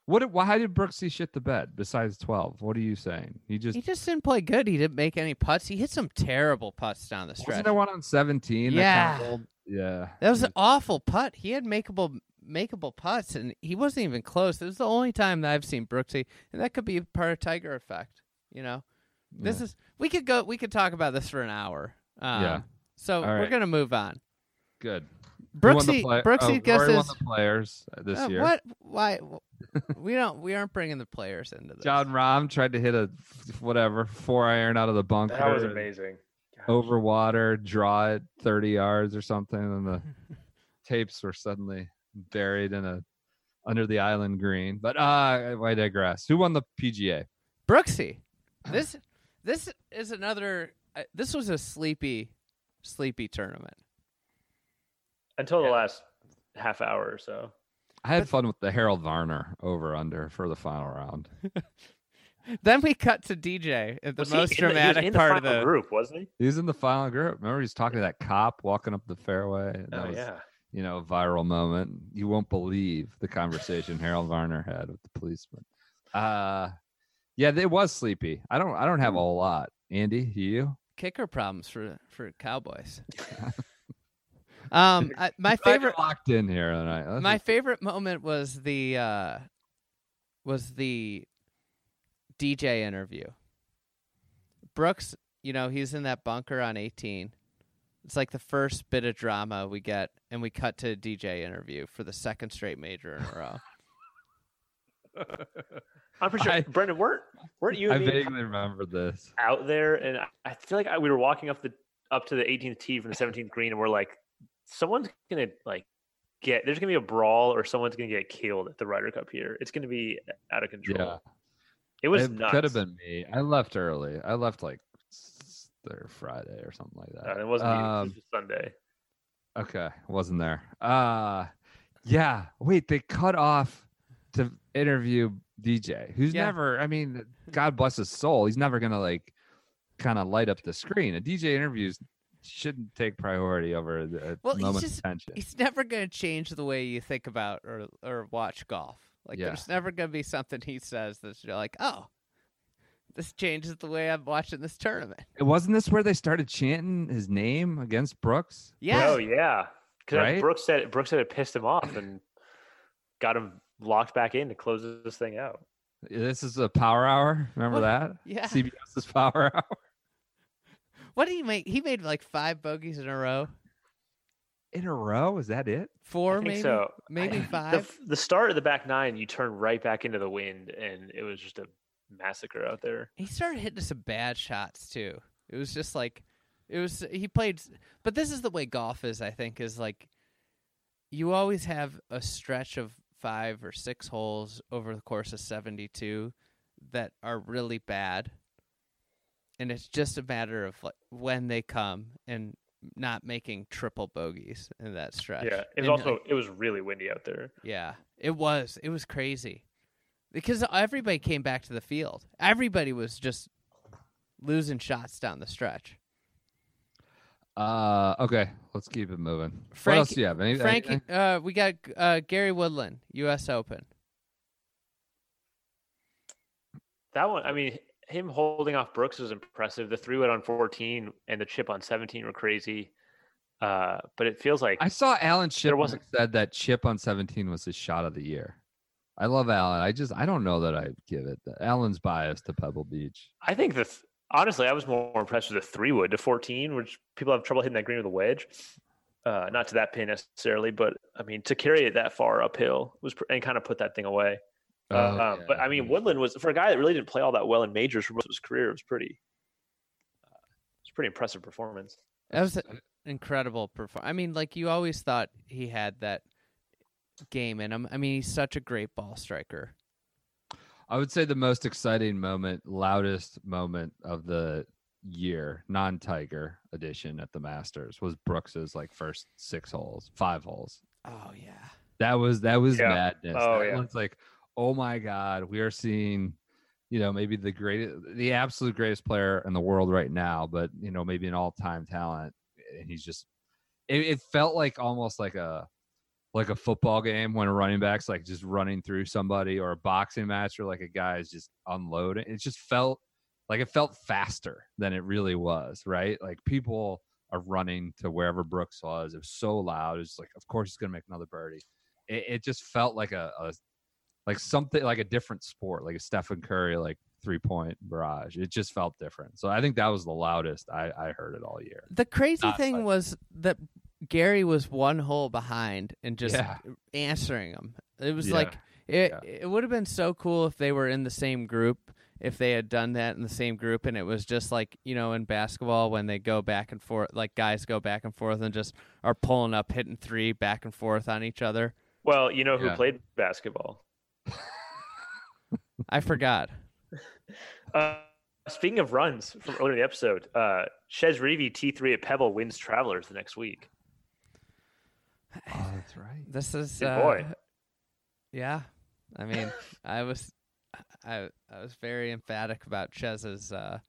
What? Did, why did Brooksy shit the bed? Besides twelve, what are you saying? He just He just didn't play good. He didn't make any putts. He hit some terrible putts down the stretch. wasn't there one on seventeen? yeah. That kind yeah. That was he an awful putt. He had makeable makeable putts, and he wasn't even close. It was the only time that I've seen Brooksy, and that could be part of Tiger effect. You know, this is we could go. We could talk about this for an hour. Um, Yeah. All So we're right. gonna move on. good. Who won the Brooksy. play- oh, Brooksy Rory won guesses. the players uh, this Uh, year. what? (laughs) Why? we don't. We aren't bringing the players into this. John Rahm tried to hit a f- whatever four iron out of the bunker. That was and amazing. Gosh. Over water, draw it thirty yards or something, and (laughs) the tapes were suddenly buried in a under the island green. But uh, I digress. Who won the PGA? (clears throat) Brooksy. This. This is another. Uh, this was a sleepy, sleepy tournament. until the last half hour or so. I had fun with the Harold Varner over under for the final round. Then we cut to DJ at the Was he most in the- he was dramatic in the part of final the group, wasn't he? He's in the final group. Remember, he's talking to that cop walking up the fairway. and Oh That was, yeah. you know, a viral moment. You won't believe the conversation Harold Varner had with the policeman. Uh, yeah, it was sleepy. I don't. I don't Hmm. have a whole lot. Andy, you? kicker problems for for Cowboys. um, I, my Glad you're favorite locked in here tonight. That's my (laughs) just- favorite moment was the uh, was the DJ interview. Brooks, you know, he's in that bunker on 18. It's like the first bit of drama we get, and we cut to a DJ interview for the second straight major in a row. I'm pretty sure I- Brendan, weren't weren't you I and me vaguely remember this. out there and I, I feel like I, we were walking up the up to the 18th tee from the 17th green and we're like someone's gonna like get there's gonna be a brawl or someone's gonna get killed at the Ryder Cup here it's gonna be out of control Yeah. it was it nuts could have been me. I left early. I left like s- there Friday or something like that. No, Uh, it wasn't you. Um, This was Sunday Okay, wasn't there? Uh yeah. Wait, they cut off to interview DJ, who's Yeah. never. I (laughs) mean, God bless his soul, he's never gonna like kind of light up the screen. A DJ interviews shouldn't take priority over a- a Well, he's moment just- of tension. It's never going to change the way you think about or or watch golf. Like Yeah. there's never going to be something he says that's you're like, oh, this changes the way I'm watching this tournament. Wasn't this where they started chanting his name against Brooks? Yeah, oh yeah because Right? Brooks said Brooks said it pissed him off and got him locked back in to close this thing out This is a power hour. Remember What- that? yeah. CBS's power hour. (laughs) What did he make? He made like five bogeys in a row, in a row. Is that it? four I think maybe, so. I- maybe (laughs) The, five. f- the start of the back nine, you turn right back into the wind, and it was just a massacre out there. He started hitting some bad shots too. It was just like, it was he played. But this is the way golf is. I think is like, you always have a stretch of five or six holes over the course of seventy-two that are really bad, and it's just a matter of like when they come and not making triple bogeys in that stretch. Yeah, it And, was uh, also it was really windy out there. Yeah, it was. It was crazy because everybody came back to the field. Everybody was just losing shots down the stretch. Uh, okay, let's keep it moving. what else Frankie- do you have? Any, Frankie, anything? uh, we got uh, Gary Woodland, U.S. Open. That one, I mean, him holding off Brooks was impressive. The three wood on fourteen and the chip on seventeen were crazy. Uh, but it feels like I saw Alan Chipman wasn't- said that chip on 17 was his shot of the year. I love Alan. I just I don't know that I give it. Alan's biased to Pebble Beach. I think the th- honestly, I was more impressed with the three wood to 14, which people have trouble hitting that green with a wedge. Uh, not to that pin necessarily, but I mean to carry it that far uphill was pr- and kind of put that thing away. Uh, uh, but I mean, Woodland was for a guy that really didn't play all that well in majors for most of his career. It was pretty, uh, it's pretty impressive performance. That was an incredible performance. I mean, like you always thought he had that game in him. I mean, he's such a great ball striker. I would say the most exciting moment, loudest moment of the year, non Tiger edition at the Masters was Brooks's like first six holes, five holes. Oh yeah. That was that was Yeah. madness. Oh, that yeah. one's like, oh my god, we are seeing, you know, maybe the greatest, the absolute greatest player in the world right now, but you know, maybe an all-time talent, and he's just. It, it felt like almost like a, like a football game when a running back's like just running through somebody, or a boxing match, or like a guy is just unloading. It just felt like it felt faster than it really was, right? Like people are running to wherever Brooks was. It was so loud. It was like, of course he's gonna make another birdie it, it just felt like a, a like something like a different sport, like a Stephen Curry like three point barrage. It just felt different. So I think that was the loudest I, I heard it all year. The crazy Not thing like- was that Gary was one hole behind and just Yeah. answering him. It was Yeah. like it. Yeah. It would have been so cool if they were in the same group. If they had done that in the same group, and it was just like you know in basketball when they go back and forth, like guys go back and forth and just are pulling up, hitting three back and forth on each other. Well, you know who Yeah. played basketball. I forgot. Uh, speaking of runs from earlier in the episode, uh, Chez Reavy T three at Pebble wins Travelers the next week. Oh, that's right. This is Good uh, boy. Yeah, I mean, I was, I I was very emphatic about Chez's uh,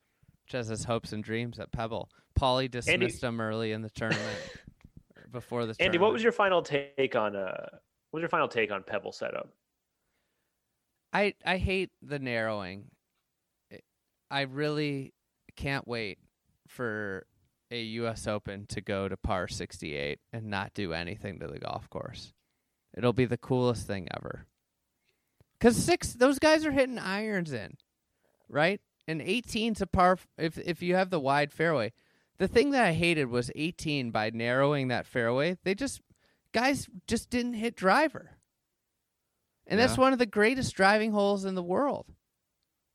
Chez's hopes and dreams at Pebble. Paulie dismissed him early in the (laughs) tournament before the Andy, tournament. what was your final take on uh, what was your final take on (laughs) Pebble setup? I I hate the narrowing. It- I really can't wait for a U.S. Open to go to par 68 and not do anything to the golf course. It'll be the coolest thing ever. Cause six, those guys are hitting irons in, right? And 18's a par. f- If if you have the wide fairway, the thing that I hated was 18 by narrowing that fairway. They just guys just didn't hit driver. And that's Yeah. one of the greatest driving holes in the world.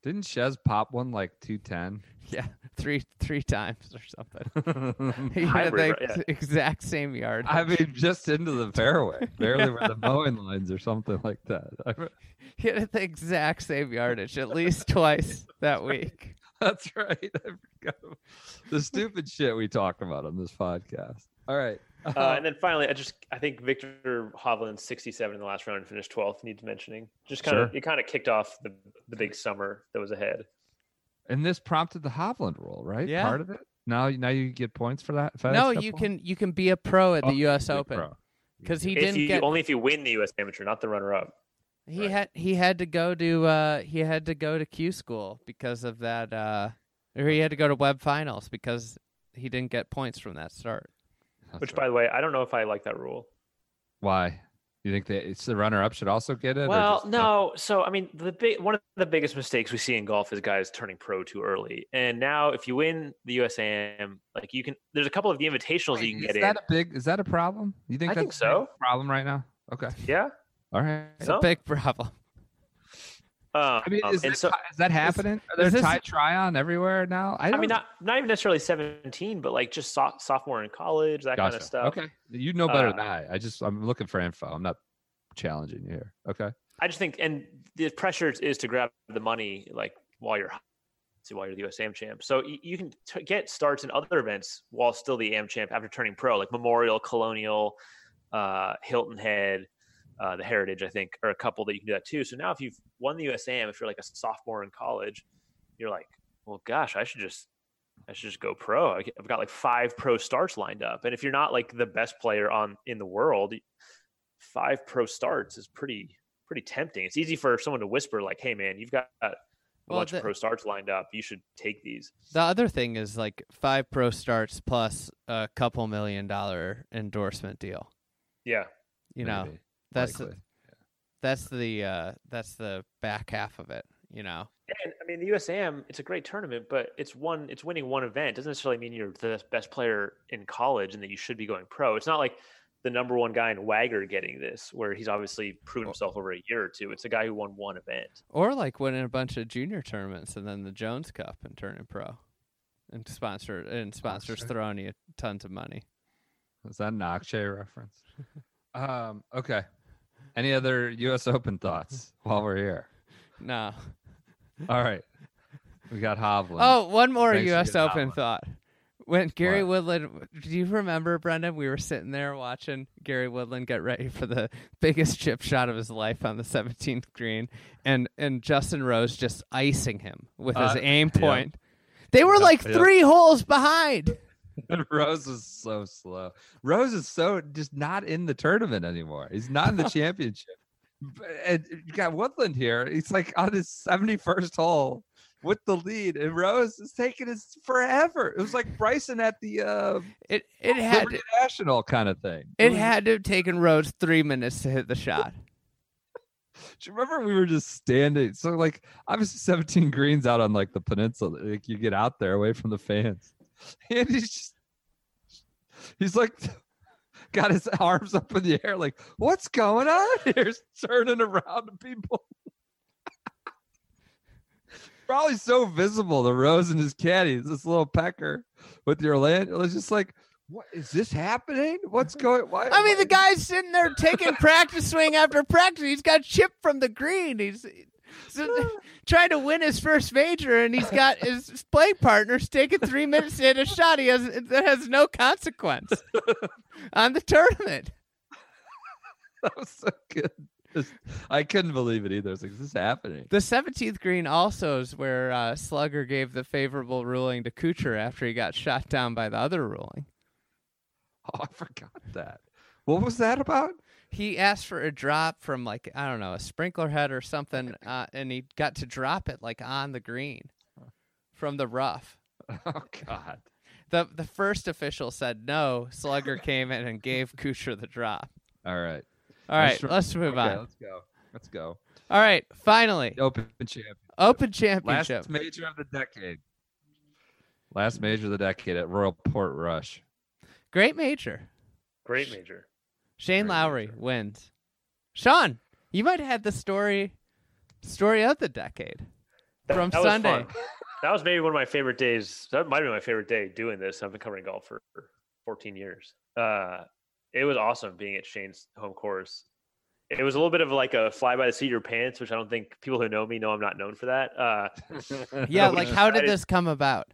Didn't Chez pop one like two (laughs) ten? Yeah, three three times or something. (laughs) He had the Hybrid, ex- right, exact same yard. I mean, just into the fairway, barely where the mowing lines or something like that. I re- (laughs) (laughs) he had the exact same yardage at least twice that week. That's right. I forgot about- the stupid shit we talk about on this podcast. All right. Uh, and then finally, I just I think Victor Hovland, 67 in the last round, finished 12th. Needs mentioning. Just kind of Sure. it kind of kicked off the the big summer that was ahead. and this prompted the Hovland rule, right? Yeah. Part of it. Now, now you get points for that. FedEx no, Cup you one? can you can be a pro at the Oh, U.S. Yeah, Open bro. because he If didn't you- get only if you win the U.S. Amateur, not the runner-up. he Right. had he had to go to uh he had to go to Q school because of that uh or he had to go to web finals because he didn't get points from that start. That's Which, right. by the way, I don't know if I like that rule. Why? You think that it's the runner-up should also get it? or Well, just- no. So I mean, the big one of the biggest mistakes we see in golf is guys turning pro too early. And now, if you win the USAM, like you can, there's a couple of the invitationals Wait, you can is get in. that a big? Is that a problem? You think I that's think a big so. problem right now? Okay. yeah. All right. It's No. a big (laughs) problem. Um, I mean, is, and that, so ti- is that happening? Are there is this- tie try on everywhere now? I, I don't, mean, not not even necessarily 17, but like just so- sophomore in college, that kind Gotcha. of stuff. Okay. You know better than Uh, I. I just I'm looking for info. I'm not challenging you here. Okay. I just think, and the pressure is to grab the money like while you're see while you're the USAM champ. So you, you can t- get starts in other events while still the AM champ after turning pro, like Memorial, Colonial, uh, Hilton Head, uh, the Heritage. I think are a couple that you can do that too. So now if you've won the USAM, if you're like a sophomore in college, you're like, well, gosh, I should just. I should just go pro. I get- I've got like five pro starts lined up, and if you're not like the best player on in the world, five pro starts is pretty pretty tempting. It's easy for someone to whisper like, "Hey, man, you've got a Well, bunch the- of pro starts lined up. You should take these." The other thing is like five pro starts plus a couple million dollar endorsement deal. Yeah, You know, Maybe. that's Likely. that's the uh that's the back half of it. you know. And I mean, the USAM, it's a great tournament, but it's one, it's winning one event. Doesn't necessarily mean you're the best player in college and that you should be going pro. It's not like the number one guy in Wagger getting this, where he's obviously proven himself over a year or two. It's a guy who won one event. Or like winning a bunch of junior tournaments and then the Jones Cup and turning pro. And sponsor and sponsors sure. throwing you tons of money. Is that an Akshay reference? um, okay. Any other U.S. Open thoughts while we're here? No. All right. We got Hovland. Oh, one more Thanks for US getting that Open one. thought. When Gary What? Woodland do you remember, Brendan? We were sitting there watching Gary Woodland get ready for the (laughs) biggest chip shot of his life on the seventeenth green and and Justin Rose just icing him with Uh, his aim yeah. point. They were Yeah, like yeah. three holes behind. (laughs) Rose is so slow. Rose is so just not in the tournament anymore. He's not in (laughs) the championship. But- And you got Woodland here. He's like on his 71st hole with the lead, and Rose is taking his forever. It was like Bryson at the uh, It it had Liberty National kind of thing. it was- had to have taken Rose three minutes to hit (laughs) the shot. Do you remember we were just standing? So like obviously 17 greens out on like the peninsula. Like you get out there away from the fans. (laughs) And he's just he's like (laughs) got his arms up in the air, like, what's going on (laughs) here? He's Turning around to people. (laughs) Probably so visible, the rose and his caddies, this little pecker with your land. It was just like, what is this happening? What's going why I mean, the why- guy's sitting there taking practice swing after practice. He's got chipped from the green. He's, (laughs) he's trying to win his first major, and he's got his playing partners taking three minutes to hit a shot. He has that has no consequence on the tournament. that (laughs) was so good. Just- I couldn't believe it either. I was like, is this happening? (laughs) The seventeenth green also is where uh, Slugger gave the favorable ruling to Kucher after he got shot down by the other ruling. Oh, I forgot that. What was that about? He asked for a drop from like I don't know a sprinkler head or something, uh, and he got to drop it like on the green from the rough. (laughs) Oh God. the the first official said no. Slugger came in and gave Kucher the drop. All right. All I right, just re- let's move Okay, on. let's go. Let's go. All right, finally, Open champ. Open Last Championship. major of the decade. Last major of the decade at Royal Port (laughs) Rush. Great major. Great major. Shane Great Lowry major. wins. Sean, you might have had the story story of the decade from That was (laughs) Sunday. fun. That was maybe one of my favorite days. That might have been my favorite day doing this. I've been covering golf for 14 years. Uh, it was awesome being at Shane's home course. It was a little bit of like a fly by the seat of your pants, which I don't think people who know me know I'm not known for that. Uh, Yeah, we (laughs) like how did decided- this come about?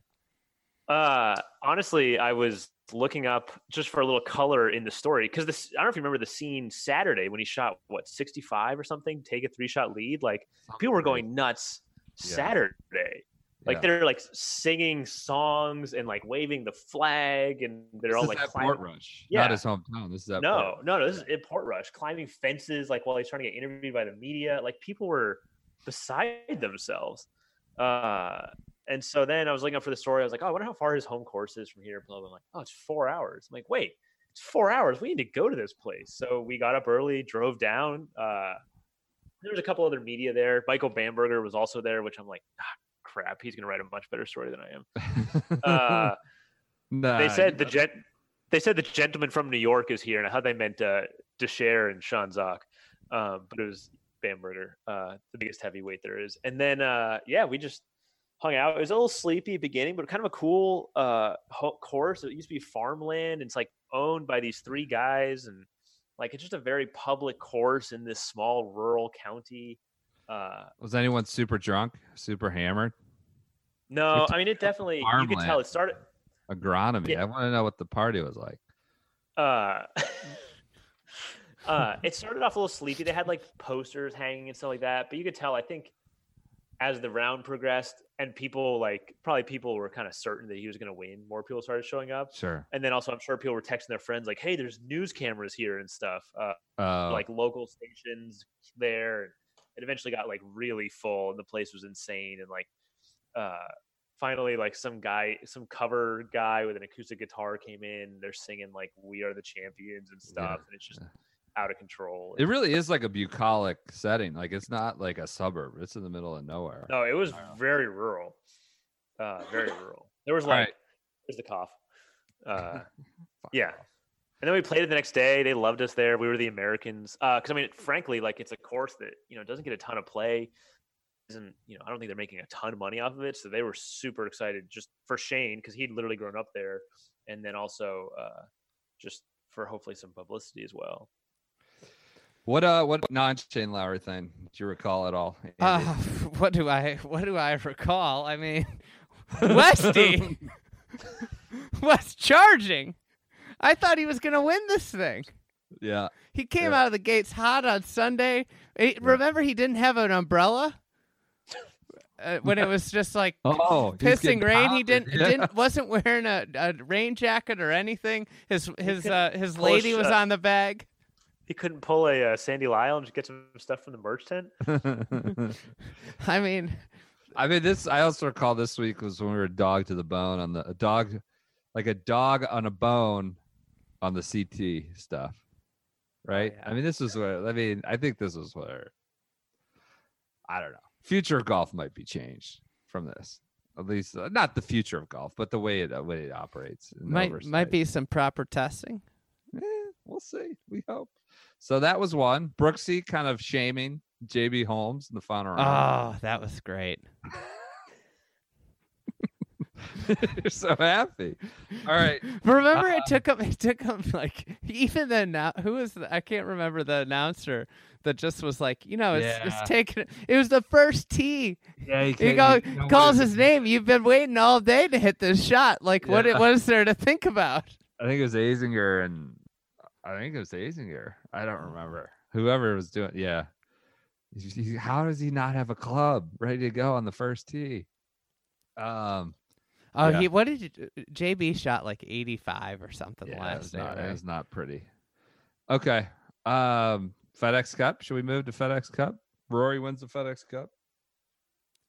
Uh, honestly, I was looking up just for a little color in the story because this. I don't know if you remember the scene Saturday when he shot what sixty five or something, take a three shot lead. Like people were going nuts Yeah. Saturday. Like Yeah. they're like singing songs and like waving the flag, and they're This all is like at climbing. Port Rush. Yeah. Not his hometown. This is at No, Port no, no. This is in Port Rush, climbing fences, like while he's trying to get interviewed by the media. Like people were beside themselves. Uh, and so then I was looking up for the story. I was like, oh, I wonder how far his home course is from here. Blah blah. blah. I'm like, oh, it's four hours. I'm like, wait, it's four hours. We need to go to this place. So we got up early, drove down. Uh, there was a couple other media there. Michael Bamberger was also there, which I'm like, ah, crap, he's gonna write a much better story than I am. (laughs) Uh, Nah, they said Uh, you- the gent. They said the gentleman from New York is here, and I thought they meant uh, Desher and Sean Zock, um, but it was Bamberger, uh, the biggest heavyweight there is. And then uh, yeah, we just hung out. It was a little sleepy beginning, but kind of a cool uh, ho- course. It used to be farmland, and it's like owned by these three guys, and like it's just a very public course in this small rural county. Uh, was anyone super drunk, super hammered? no, It's I mean it definitely. You could tell farmland. it started. Agronomy. Yeah. I want to know what the party was like. uh, (laughs) uh, it started off a little sleepy. They had like posters hanging and stuff like that, but you could tell. I think as the round progressed, and people like probably people were kind of certain that he was going to win. More people started showing up, Sure. and then also I'm sure people were texting their friends like, "Hey, there's news cameras here and stuff." Uh, Uh, like local stations there. It eventually got like really full, and the place was insane. And like, uh, finally, like some guy, some cover guy with an acoustic guitar came in. They're singing like "We Are the Champions" and stuff, and it's just out of control. It really is like a bucolic setting. Like it's not like a suburb. It's in the middle of nowhere. no, it was Wow. very rural. Uh, very rural. There was All right. like, there's (laughs) the cough. Uh, Fuck yeah. off. And then we played it the next day. They loved us there. We were the Americans. Because I mean, frankly, like it's a course that you know doesn't get a ton of play. Isn't you know I don't think they're making a ton of money off of it. So they were super excited just for Shane because he'd literally grown up there, and then also uh, just for hopefully some publicity as well. What uh what non Shane Lowry thing do you recall at all? Andy? Uh, (laughs) what do I what do I recall? I (laughs) mean, Westy (laughs) was charging. I thought he was going to win this thing. (laughs) yeah. He came Yeah. out of the gates hot on Sunday. It- Remember, he didn't have an umbrella uh, when (laughs) it was just like Oh, he's getting pissing rain. He pounded. (laughs) didn't Yeah. didn't wasn't wearing a, a rain jacket or anything. His his uh, his push lady was a- on the bag. (laughs) He couldn't pull a uh, Sandy Lyle and just get some stuff from the merch tent. (laughs) I mean, I mean, this I also recall this week was when we were dog to the bone on the a dog, like a dog on a bone, on the CT stuff, right? I mean, this is where I mean, I think this is where I don't know. Future of golf might be changed from this, at least uh, not the future of golf, but the way it uh, way it operates. and the might might oversight. be some proper testing. Eh, we'll see. We hope. So that was one. Brooksy kind of shaming JB Holmes in the final round. Oh, that was great. (laughs) You're so happy. All right. Remember, Ah. it took him. (laughs) It took him like even the now. Who was the, I can't remember the announcer that just was like, you know, it's, Yeah. it's taken. It was the first tee. Yeah, He go, calls his name. You've been waiting all day to hit this shot. Like what? Yeah. What is there to think about? I think it was Azinger and I think it was Azinger. I don't remember whoever was doing. Yeah, He's- he's- how does he not have a club ready to go on the first tee? Um, (laughs) Oh, Yeah. he. What did you, do? JB shot like eighty five or something yeah, it last was day? not, it right? was not pretty. Okay, um, FedEx Cup. Should we move to FedEx Cup? Rory wins the FedEx Cup.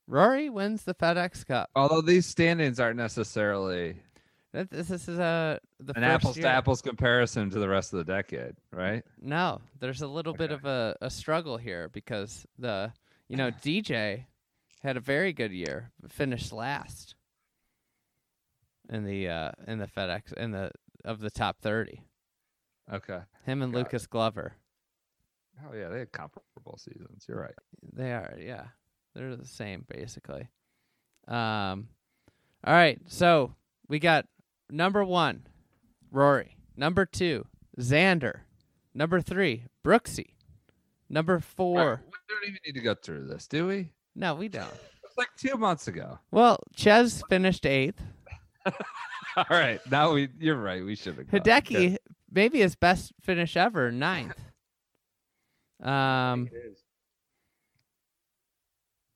Rory wins the FedEx Cup. Although these standings aren't necessarily That- This, this is a the an first apples year. to apples comparison to the rest of the decade, right? No, there's a little bit Okay. of a, a struggle here because the (laughs) you know DJ had a very good year, but finished last in the uh, in the FedEx in the of the top thirty. Okay. Him and Got it. Lucas Glover, Oh yeah, they had comparable seasons. You're right. they are yeah, they're the same basically. Um, all right, so we got number one, Rory. Number two, Xander. Number three, Brooksy. Number All right, four. we don't even need to go through this, do we? It No, we don't. was like two months ago. Well, Ches finished eighth. (laughs) All right, now we you're right. We should Uh, have. gone. Hideki, maybe his best finish ever, (laughs) ninth. Um, It is.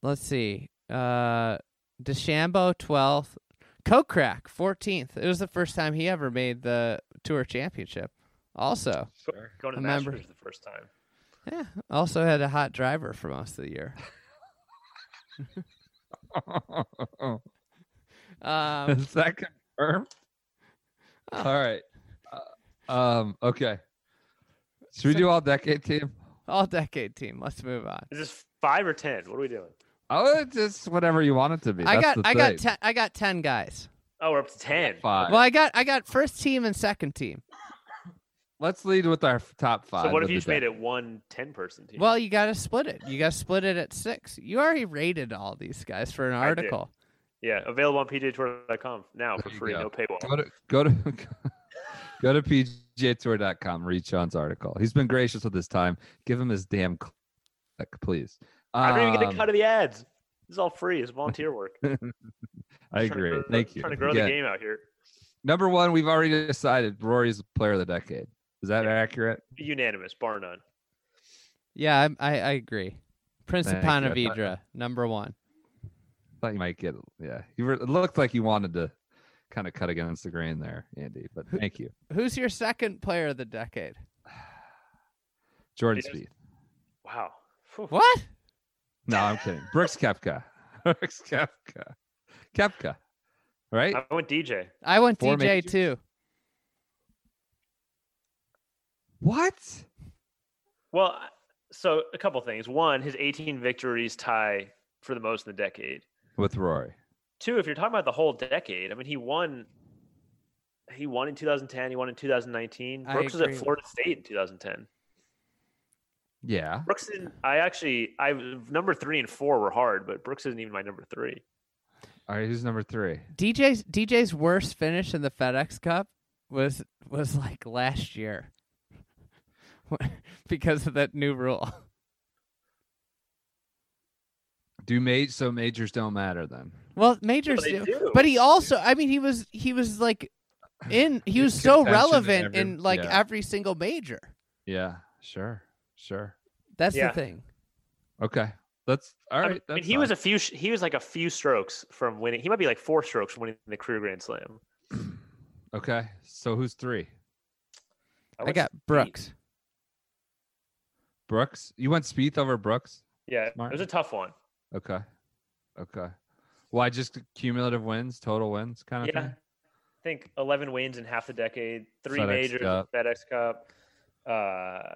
let's see. Uh, DeChambeau twelfth, Kokrak fourteenth. It was the first time he ever made the tour championship. Also, Go- Going to the Remember. Masters the first time. yeah, also had a hot driver for most of the (laughs) year. (laughs) Um, Is that confirmed? Oh. All right. Uh, um. Okay. Should we So- do all decade team? all decade team. Let's move on. Is this five or ten? What are we doing? Oh, it's just whatever you want it to be. I That's got, the I got, thing. ten, I got ten guys. Oh, we're up to ten. five. Well, I got, I got first team and second team. Let's lead with our f- top five. So what of if you the just made decade. it one 10 person team? Well, you got to split it. You got to split it at six. You already rated all these guys for an I did. article. Yeah, available on pjtour.com now There for you free, go. no paywall. (laughs) Go to go to go to pjtour.com. Read Sean's article. He's been gracious with his time. Give him his damn click, please. I don't even get Um, a cut of the ads. This is all free. It's (laughs) volunteer work. I Trying to agree. grow- Thank you. Trying to grow Again, the game out here. Number one, we've already decided Rory's the player of the decade. Is that accurate? Unanimous, bar none. Yeah, I, I, I agree. Prince of Thank you. I thought- Pontevedra, number one. Thought you might get. Yeah, you were, it looked like you wanted to kind of cut against the grain there, Andy. (laughs) But thank you, Who's your second player of the decade? Jordan Yes. Spieth. Wow. Phew. What? No, I'm kidding. Brooks Kepka. (laughs) Brooks Kepka. Kepka. Right. I went DJ. I went Four DJ majors? too. What? Well, I- so a couple things. One, his 18 victories tie for the most in the decade. with Rory. Two, if you're talking about the whole decade, I mean, he won. He won in 2010. He won in 2019. I Brooks was at agree. Florida State in 2010. Yeah. Brooks didn't. I actually, I number three and four were hard, but Brooks isn't even my number three. All right, who's number three? DJ's DJ's worst finish in the FedEx Cup was was like last year (laughs) because of that new rule. (laughs) Do major so majors don't matter then. Well, majors they do, do. but he also I mean he was he was like in he In was so contention in relevant every- in like yeah. every single major. Yeah, sure, sure. That's Yeah. the thing. Okay, that's all I right. mean, I mean, that's Um, he was a fine. few. sh- He was like a few strokes from winning. He might be like four strokes from winning the career Grand Slam. okay. So who's three? I, went got Spieth. Brooks. Brooks. You went Spieth over Brooks. Yeah, it was Martin. a tough one. Okay, okay. Why just cumulative wins, total wins, kind of Yeah. thing? I think 11 wins in half the decade, three FedEx majors, Cup. FedEx Cup. Uh,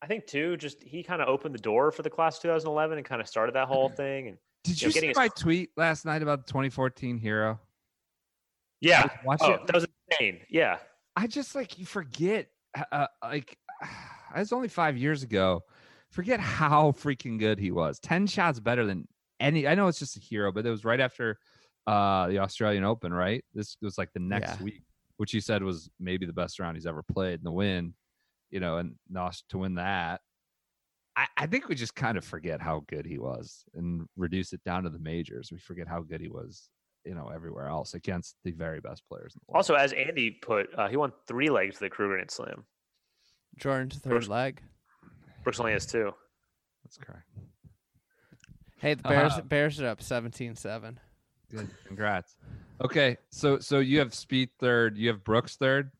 I think two, just he kind of opened the door for the class of 2011 and kind of started (laughs) that whole thing. And Did Yeah, you see getting his- my tweet last night about the 2014 Hero? yeah, Watch oh, it. that was insane. Yeah, I just like you forget, uh, uh, like (sighs) it was only five years ago. Forget how freaking good he was. Ten shots better than any. I know it's just a hero, but it was right after uh, the Australian Open, right? This was like the next Yeah. week, which he said was maybe the best round he's ever played in the win. You know, and Nosh to win that. I, I think we just kind of forget how good he was and reduce it down to the majors. We forget how good he was, you know, everywhere else against the very best players. In the world. Also, as Andy put, uh, he won three legs of the Kruger Grand Slam. Jordan's third Brooks. leg. Brooks only has two. that's correct. Hey, the Bears Uh-huh. Bears are up 17-7. Good. Congrats. Okay, so so you have Speed third, you have Brooks third,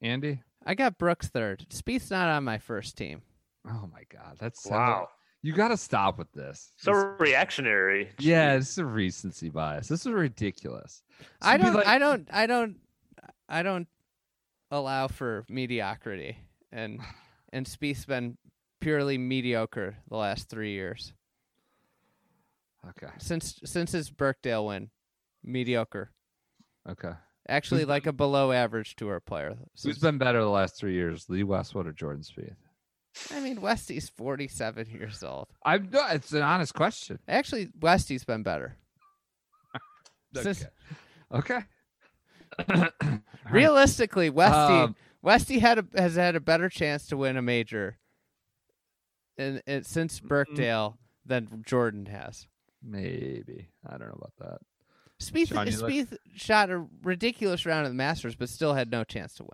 Andy. I got Brooks third. Spieth's not on my first team. Oh my God, that's so- Wow, You got to stop with this. so This- reactionary. yeah, this is a recency bias. This is ridiculous. This I would be don't like- I don't I don't I don't allow for mediocrity and and Spieth's been purely mediocre the last 3 years. Okay, Since since his Birkdale win, mediocre. okay. Actually Who's like a below average tour player. Who's Since- been better the last three years, Lee Westwood or Jordan Speed? I mean Westy's 47 years old. I'm. No, it's an honest question. Actually Westy's been better. Since- Okay. All right. Realistically, Westy Um, Westy had a, has had a better chance to win a major in, in, since Mm-hmm. Birkdale than Jordan has. Maybe I don't know about that. Spieth, Sean, you look- Spieth shot a ridiculous round of the Masters, but still had no chance to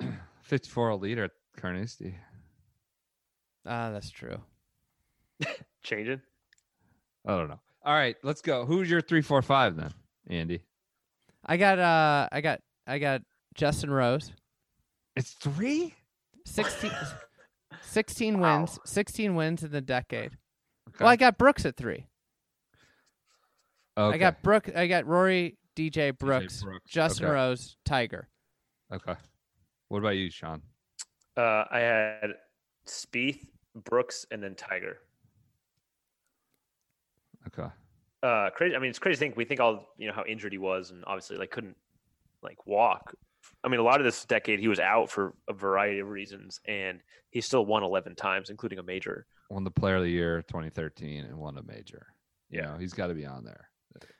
win. Fifty-four a leader at Carnoustie. Ah, that's true. Changing. I don't know. All right, let's go. Who's your three, four, five then, Andy? I got uh, I got I got Justin Rose, It's three. (laughs) 16, 16 Wow. wins, sixteen wins in the decade. Okay. Well, I got Brooks at three. okay. I got Brooke. I got Rory, DJ Brooks, Brooks, Justin okay. Rose, Tiger. Okay. What about you, Sean? Uh, I had Spieth, Brooks, and then Tiger. Okay. uh crazy i mean it's crazy to think we think all you know how injured he was and obviously like couldn't like walk i mean a lot of this decade he was out for a variety of reasons and he still won 11 times including a major Won the Player of the Year 2013 and won a major. You Yeah. know, he's got to be on there.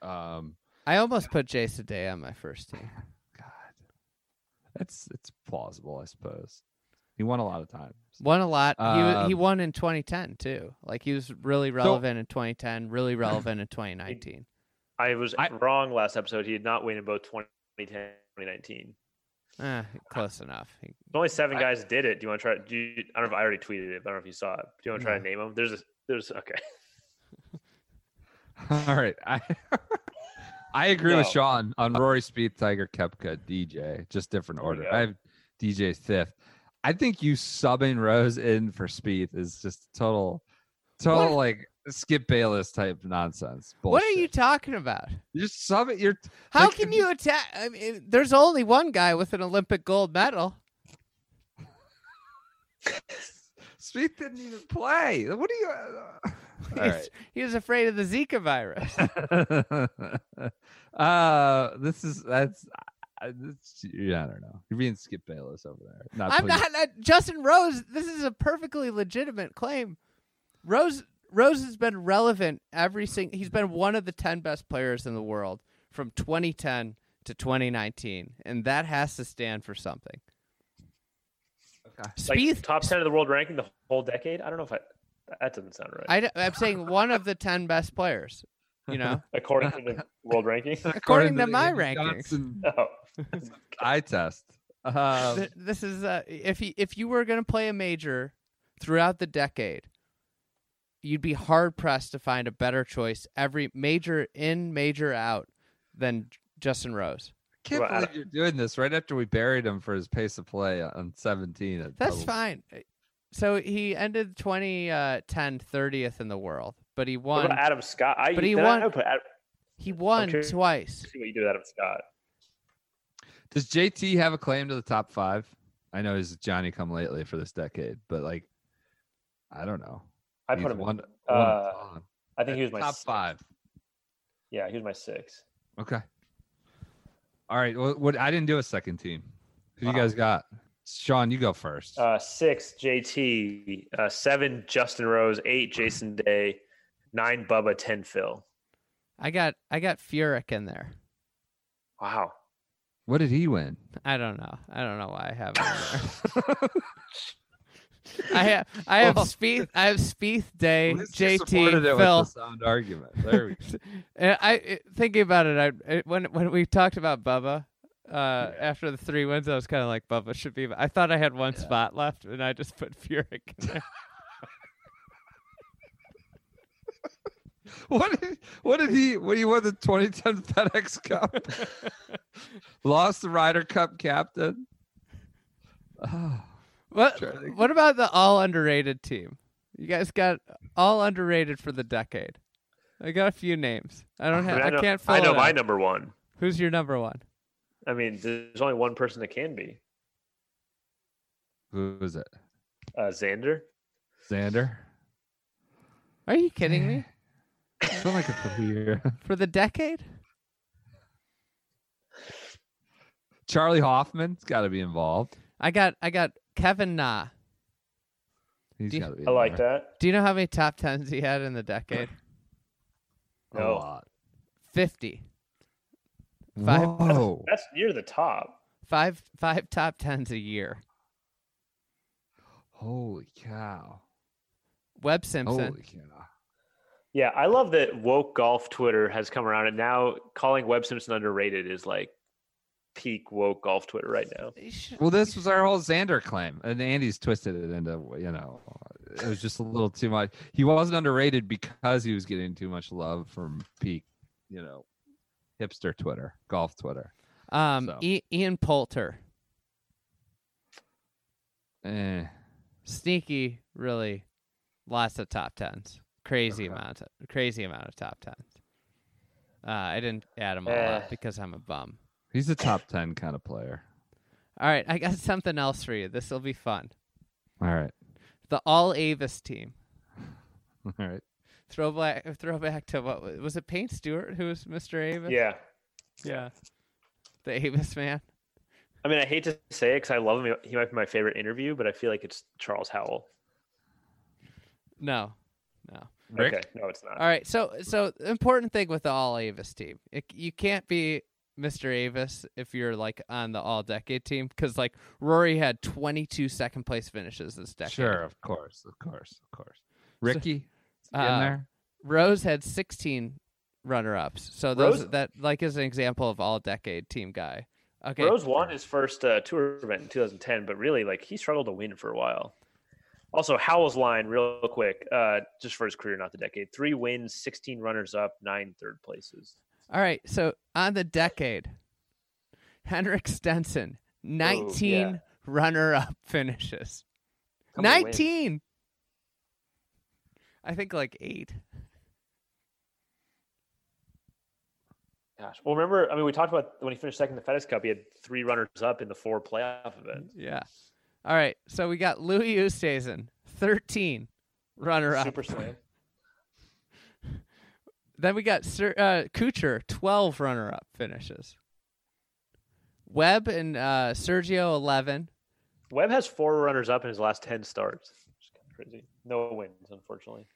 Um, I almost put Jason Day on my first team. God, that's it's plausible, I suppose. He won a lot of times. Won a lot. he wa- he Um, won in 2010 too. Like he was really relevant in (laughs) 2010, really relevant in 2019. i was I- wrong last episode he did not win in both 2010 2019 Eh, close enough. He- only seven I- guys did it do you want to try do you, i don't know if i already tweeted it but i don't know if you saw it do you want to try to name them there's a there's okay (laughs) All right. I (laughs) I agree with No. Sean on Rory Speed, Tiger, Kepka, DJ. Just different There we order. go. I have DJ fifth. I think you subbing Rose in for Speed is just total total like skip Bayless type nonsense. What are you bullshit. talking about? You're subbing you're How Like, can if you attack? I mean, there's only one guy with an Olympic gold medal. Speed didn't even play. What do you? uh, all (laughs) right. He was afraid of the Zika virus. (laughs) uh, this is that's. I, this, yeah, I don't know. You're being Skip Bayless over there. Not I'm pleased. not uh, Justin Rose. This is a perfectly legitimate claim. Rose Rose has been relevant every single. He's been one of the ten best players in the world from 2010 to 2019, and that has to stand for something. Okay. Like Spieth, top ten of the world ranking the whole decade. I don't know if I, that doesn't sound right. I, am saying one of the ten best players. You know, According to (laughs) the world ranking. (laughs) according, to, the my Andy rankings. Johnson Oh, eye test. Um, Th- this is uh, if he, if you were going to play a major throughout the decade, you'd be hard pressed to find a better choice every major in major out than J- Justin Rose. can't Well, I believe you're doing this right after we buried him for his pace of play on 17. at That's Oh. total- fine. Uh, So he ended 2010 30th in the world, but he what won. about Adam Scott? I, But he then won- I would put Adam, He won Okay. twice. see what you do with Adam Scott. Does JT have a claim to the top five? I know he's Johnny come lately for this decade, but like, I don't know. I He's put him. in one, uh, one I think he was my top s- five. Yeah, he was my six. Okay. All right. What, what I didn't do a second team. Who you Uh-oh. guys got? Sean, you go first. Uh, six JT, uh, seven Justin Rose, eight Jason Day, nine Bubba, ten Phil. I got I got Furyk in there. Wow. what did he win? I don't know. I don't know why I have him in there. I have I have Well, Spieth I have Spieth Day At least you JT supported it with Phil. the sound argument. There (laughs) we go. And I it- thinking about it, I it, when when we talked about Bubba uh, after the three wins, I was kind of like Bubba should be. I thought I had one spot left, and I just put Furyk. In (laughs) there. What did, what did he when he won the 2010 FedEx Cup? Lost the Ryder Cup captain. Oh, what Sure, I think- what about the all underrated team? You guys got all underrated for the decade. I got a few names. I don't have. mean, I, know, can't follow. I know it my up. number one. Who's your number one? I mean, there's only one person that can be who was it? uh, Xander. Xander. Are you (sighs) kidding me? I feel like it's a year. For the decade? Charlie Hoffman's got to be involved. I got I got Kevin Na. He's Do you- got to be. I like there. that. Do you know how many top tens he had in (laughs) the decade? A No. lot. Fifty. Five- Whoa. That's near the top. Five five top tens a year. Holy cow. Webb Simpson. Holy cow. Yeah, I love that woke golf Twitter has come around and now calling Webb Simpson underrated is like peak woke golf Twitter right now. You should- Well, this was our whole Xander claim, and Andy's twisted it into you know, it was just a little too much. He wasn't underrated because he was getting too much love from peak, you know, hipster Twitter, golf Twitter. Um, So. I- Ian Poulter, Eh, sneaky, really, lots of top tens, crazy Okay. amount, of, crazy amount of top tens. Uh, I didn't add them all Eh. up because I'm a bum. he's a (coughs) top ten kind of player. All right, I got (laughs) something else for you. This will be fun. All right, (laughs) The All Avis team. all right. Throwback, throwback to what was, was it? Payne Stewart, who was Mr. Avis? Yeah. yeah. The Avis man. I mean, I hate to say it because I love him. He might be my favorite interview, but I feel like it's Charles Howell. No, no. Rick? Okay, no, it's not. All right. So, so the important thing with the all Avis team, it, you can't be Mr. Avis if you're like on the all decade team because like Rory had 22 second place finishes this decade. Sure, of course, of course, of course. Ricky, is he uh, in there. Rose had 16 runner ups. So those Rose- that like is an example of all decade team guy. Okay. Rose won his first uh, tour event in 2010, but really, like, he struggled to win for a while. Also, Howell's line, real quick, uh, just for his career, not the decade. Three wins, 16 runners up, nine third places. All right. So on the decade, Henrik Stenson, 19 runner up finishes. How many wins? 19. I think like eight. Gosh. Well, remember, I mean, we talked about when he finished second in the FedEx Cup, he had three runners up in the four playoff events. Yeah. All right. So we got Louis Oosthuizen, 13, uh, runner up. Super slam. Then we got Sir, uh, Kucher, 12 runner up finishes. Webb and uh, Sergio, 11. Webb has four runners up in his last ten starts. It's kind of crazy. No wins, unfortunately.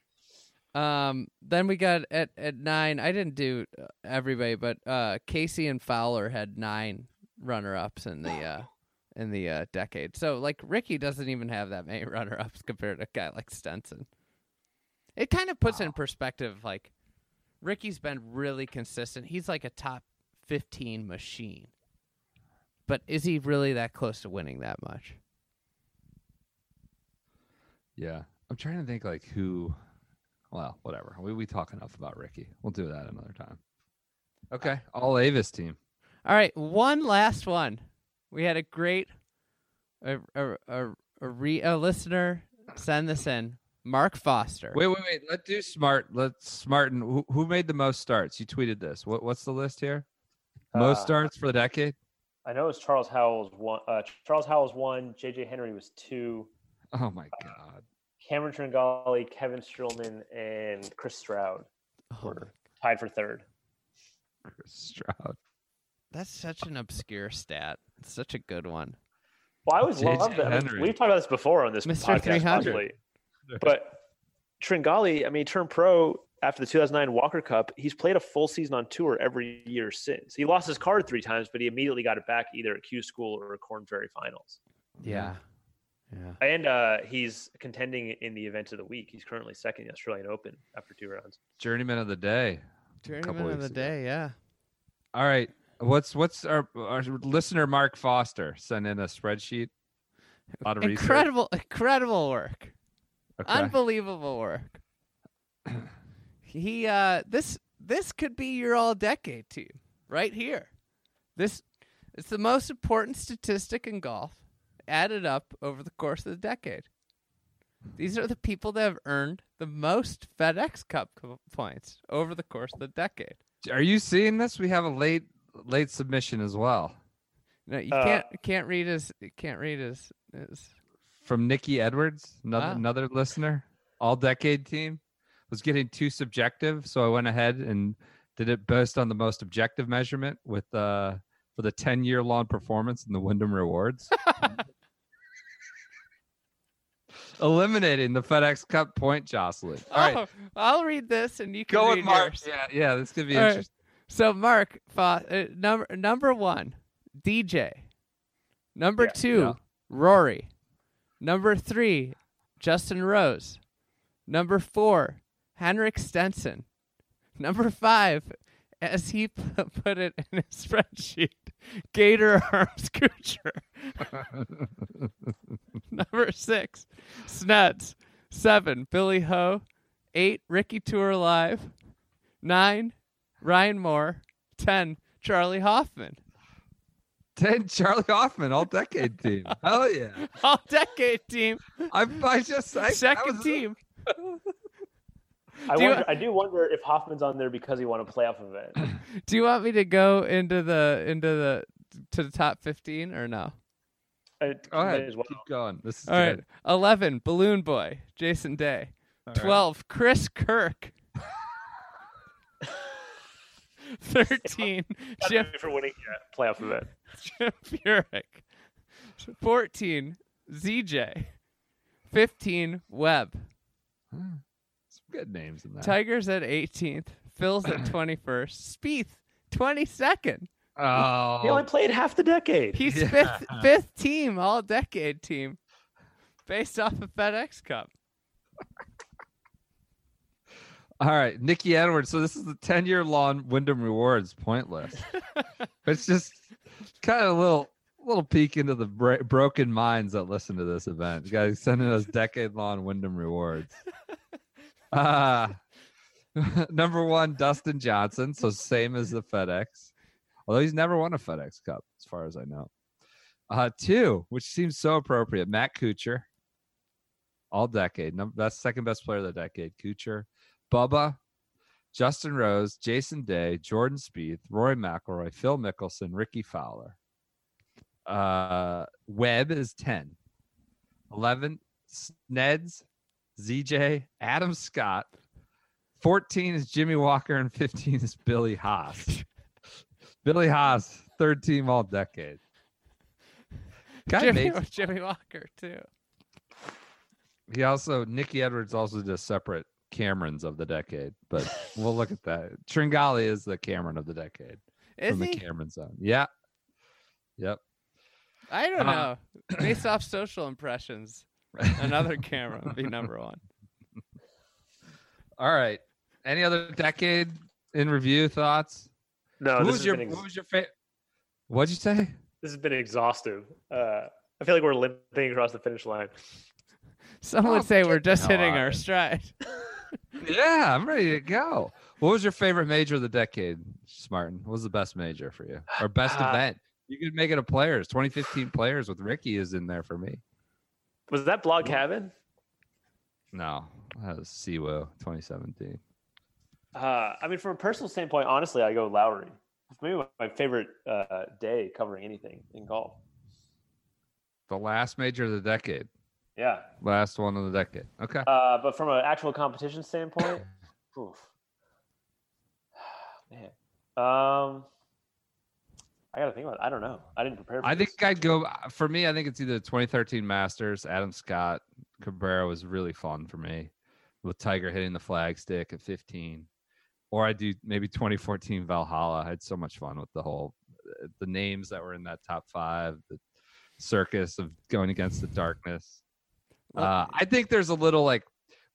Um, then we got at, at nine. I didn't do uh, everybody, but uh, Casey and Fowler had nine runner ups in the uh, in the uh, decade. So like Ricky doesn't even have that many (laughs) runner ups compared to a guy like Stenson. It kind of puts in perspective. Like Ricky's been really consistent. He's like a top fifteen machine. But is he really that close to winning that much? Yeah. I'm trying to think like who well, whatever. We we talk enough about Ricky. We'll do that another time. Okay. All Avis team. All right, one last one. We had a great a a a, a, re, a listener send this in. Mark Foster. Wait, wait, wait. Let's do smart. Let's smarten. Who, who made the most starts? You tweeted this. What what's the list here? Most Uh, starts for the decade? I know it's Charles Howell's one. Uh, Charles Howell's one. J.J. Henry was two. Oh my god. Cameron Tringali, Kevin Strillman, and Chris Stroud Oh, were tied for third. Chris Stroud. that's such an obscure stat. It's such a good one. Well, I always J.J. love that. I mean, Henry. we've talked about this before on this Mr. podcast, 300. probably. But Tringali, I mean, he turned pro after the 2009 Walker Cup. He's played a full season on tour every year since. He lost his card three times, but he immediately got it back either at Q School or Corn Ferry Finals. Yeah. Yeah. And uh, he's contending in the event of the week. He's currently second in the Australian Open after two rounds. Journeyman of the day. Couple Tournament of the weeks ago. day, yeah. All right. What's what's our, our listener Mark Foster sent in a spreadsheet? A lot of research. Incredible incredible work. Okay. (clears throat) Unbelievable work. he uh this this could be your all decade team right here. This it's the most important statistic in golf added up over the course of the decade. These are the people that have earned the most FedEx Cup co- points over the course of the decade. Are you seeing this? We have a late late submission as well No, you Uh, can't can't read his you can't read his, his from Nikki Edwards, another, Ah. another listener, all decade team. Was getting too subjective, so I went ahead and did it based on the most objective measurement with uh for the ten year long performance in the Wyndham Rewards. (laughs) Eliminating the FedEx Cup point jostling. All right, Oh, I'll read this and you can go read with Mark. yours. Yeah, yeah, this could be All right. interesting. So Mark, fa- uh, number number one, DJ. Number Yeah. two, Yeah. Rory. Number three, Justin Rose. Number four, Henrik Stenson. Number five, as he (laughs) p- put it in his spreadsheet, Gator (laughs) Arms Kucher. (laughs) Number six, Snuts. Seven, Billy Ho. Eight, Ricky Tour Live. Nine, Ryan Moore. Ten, Charlie Hoffman. (laughs) Ten Charlie Hoffman, all decade team. Hell yeah! All decade team. I, I (laughs) just I, I second was- team. I, Do you- wonder, I do wonder if Hoffman's on there because he won a playoff (clears throat) event. Do you want me to go into the into the to the top fifteen or no? Uh, Go ahead, as well. keep going. This is All right. good. Eleven, Balloon Boy, Jason Day. All right. Twelve, (laughs) Chris Kirk. (laughs) Thirteen, Jim for winning a playoff event. Jim Furyk. 14, ZJ. 15, Webb. Some good names in that. Tigers at 18th. (clears throat) Phil's at 21st. Spieth, 22nd. He only oh, played half the decade. He's Yeah. fifth, fifth team, all decade team, based off of FedEx Cup. all right, Nikki Edwards. So this is the ten-year long Wyndham Rewards point list. it's just kind of a little little peek into the bra- broken minds that listen to this event. You guys sending us decade-long Wyndham Rewards. Uh, (laughs) number one, Dustin Johnson. So same as the FedEx, although he's never won a FedEx Cup, as far as I know. Uh, two, which seems so appropriate, Matt Kuchar, all decade. Num- that's second best player of the decade, Kuchar, Bubba, Justin Rose, Jason Day, Jordan Spieth, Roy McIlroy, Phil Mickelson, Ricky Fowler. Uh, Webb is ten. Eleven, Sneds, ZJ, Adam Scott. 14 is Jimmy Walker, and 15 is Billy Haas. Billy Haas, third team all decade. Guy Jimmy, made- (laughs) Jimmy Walker too. he also Nicky Edwards also did separate Camerons of the decade, but we'll look at (laughs) that. Tringali is the Cameron of the decade Is from the he? Cameron zone. Yeah. Yep. I don't Uh, know. Based off social impressions, another camera would be number one. (laughs) All right. Any other decade in review thoughts? No, Who this was has, your been ex- Who was your favorite? What'd you say? this has been exhaustive. Uh, I feel like we're limping across the finish line. (laughs) Some Oh, would say get we're just hell hitting out of our it. stride. (laughs) Yeah, I'm ready to go. What was your favorite major of the decade, Smartin? What was the best major for you? Or best (sighs) Uh, event? You could make it a players. 2015 players with Ricky is in there for me. Was that Blog Cabin? No, that was SeaWo 2017. Uh, I mean, from a personal standpoint, honestly, I go Lowry. It's maybe my favorite uh, day covering anything in golf. The last major of the decade. Yeah. Last one of the decade. Okay. Uh, but from an actual (clears throat) competition standpoint, oof. (sighs) man, um, I gotta think about. It. I don't know. I didn't prepare. For I think this. I'd go for me. I think it's either 2013 Masters. Adam Scott Cabrera was really fun for me, with Tiger hitting the flagstick at 15, or I do maybe 2014 Valhalla. I had so much fun with the whole the names that were in that top five, the circus of going against the darkness. Uh, I think there's a little like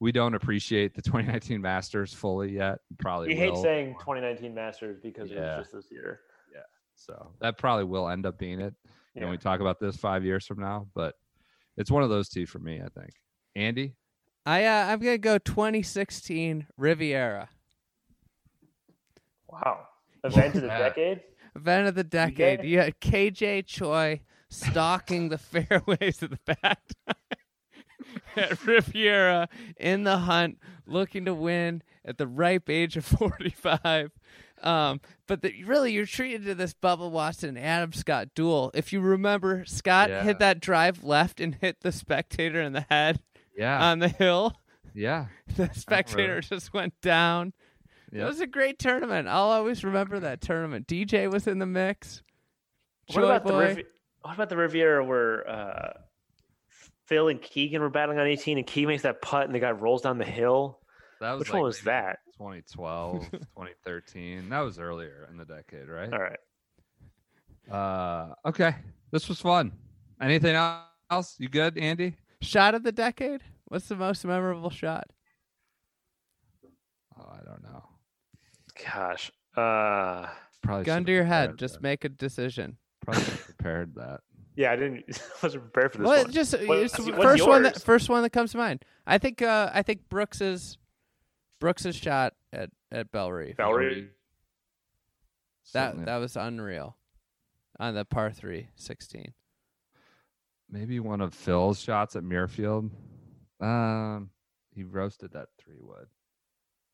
we don't appreciate the 2019 Masters fully yet. Probably we hate will. saying 2019 Masters because Yeah. it was just this year. So that probably will end up being it. Yeah. And we talk about this five years from now, but it's one of those two for me, I think. Andy, I uh, I'm gonna go 2016 Riviera Wow, event of the Yeah. decade. event of the decade. You had KJ Choi stalking the (laughs) fairways of the back (laughs) at Riviera in the hunt, looking to win at the ripe age of (laughs) 45. Um, but the, really, you're treated to this Bubba Watson Adam Scott duel. If you remember, Scott Yeah. hit that drive left and hit the spectator in the head Uh, yeah, on the hill. yeah, (laughs) (laughs) The spectator just went down. It Yep. was a great tournament. I'll always remember that tournament. DJ was in the mix. What Joy about the Boy. Rivi- What about the Riviera where uh, Phil and Keegan were battling on 18, and Key makes that putt, and the guy rolls down the hill. that was Which like one was maybe that? (laughs) 2012, 2013. That was earlier in the decade, right? All right. Uh, okay, this was fun. Anything else? You good, Andy? Shot of the decade? What's the most memorable shot? Oh, I don't know. Gosh. Uh, Probably Gun should've to your head. prepared Just that. make a decision. probably should've prepared that. yeah, I didn't. (laughs) wasn't prepared for this Well, one. just uh, it's what's first one. That, yours? first one that comes to mind. I think. Uh, I think Brooks's Brooks's shot at at Belle Reef. Valerie. (laughs) That Certainly. that was unreal. On the par three 16. maybe one of Phil's shots at Muirfield. Um, he roasted that three wood.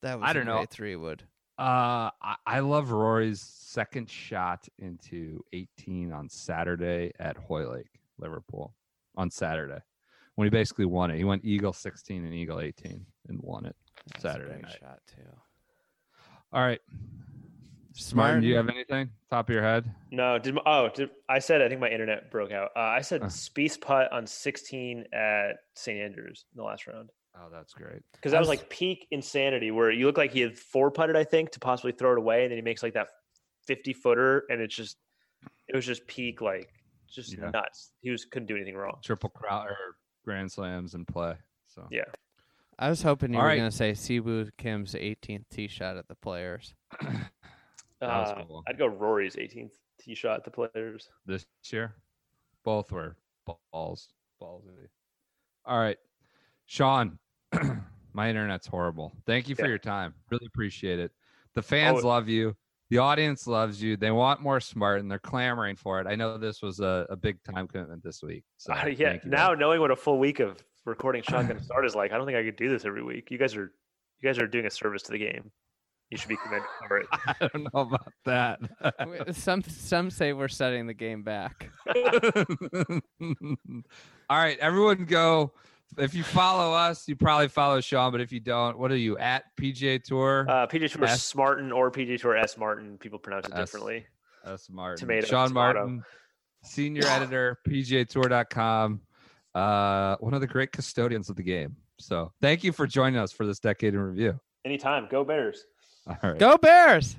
That was I a don't know. great three wood. Uh, I, I love Rory's second shot into 18 on Saturday at Hoylake, Liverpool, on Saturday when he basically won it. He went Eagle 16 and Eagle 18 and won it That's a Saturday great night. shot too. All right. Martin, do you have anything top of your head? No, did my, oh did, I said I think my internet broke out. Uh, I said Uh. Spieth putt on 16 at St Andrews in the last round Oh, that's great. because that I was was- like peak insanity where you look like he had four putted I think to possibly throw it away and then he makes like that 50 footer and it's just it was just peak like just Yeah. nuts. He was couldn't do anything wrong. Triple crown or grand slams and play. So Yeah. I was hoping you All were right. going to say Sibu Kim's 18th tee shot at the (laughs) Players. That was Uh, cool. I'd go Rory's 18th tee shot at the players. this year. Both were balls, ballsy. All right, Sean, (clears throat) my internet's horrible. Thank you for Yeah. your time. Really appreciate it. The fans Oh. love you. The audience loves you. They want more smart, and they're clamoring for it. I know this was a, a big time commitment this week. So Uh, yeah, thank you, (laughs) now man. knowing what a full week of recording shotgun start is like, I don't think I could do this every week. You guys are you guys are doing a service to the game. You should be (laughs) commended for it. I don't know about (laughs) that. Wait, some some say we're setting the game back. All right, everyone go if you follow us, you probably follow Sean. But if you don't, what are you at PGA Tour? Uh, PJ Tour S. S. Martin or PJ Tour S. Martin. People pronounce it S. differently. That's Martin. Tomato, Sean tomato. Martin, senior editor, PGAtour.com. Uh, one of the great custodians of the game. So thank you for joining us for this decade in review. Anytime. Go Bears. All right. Go Bears.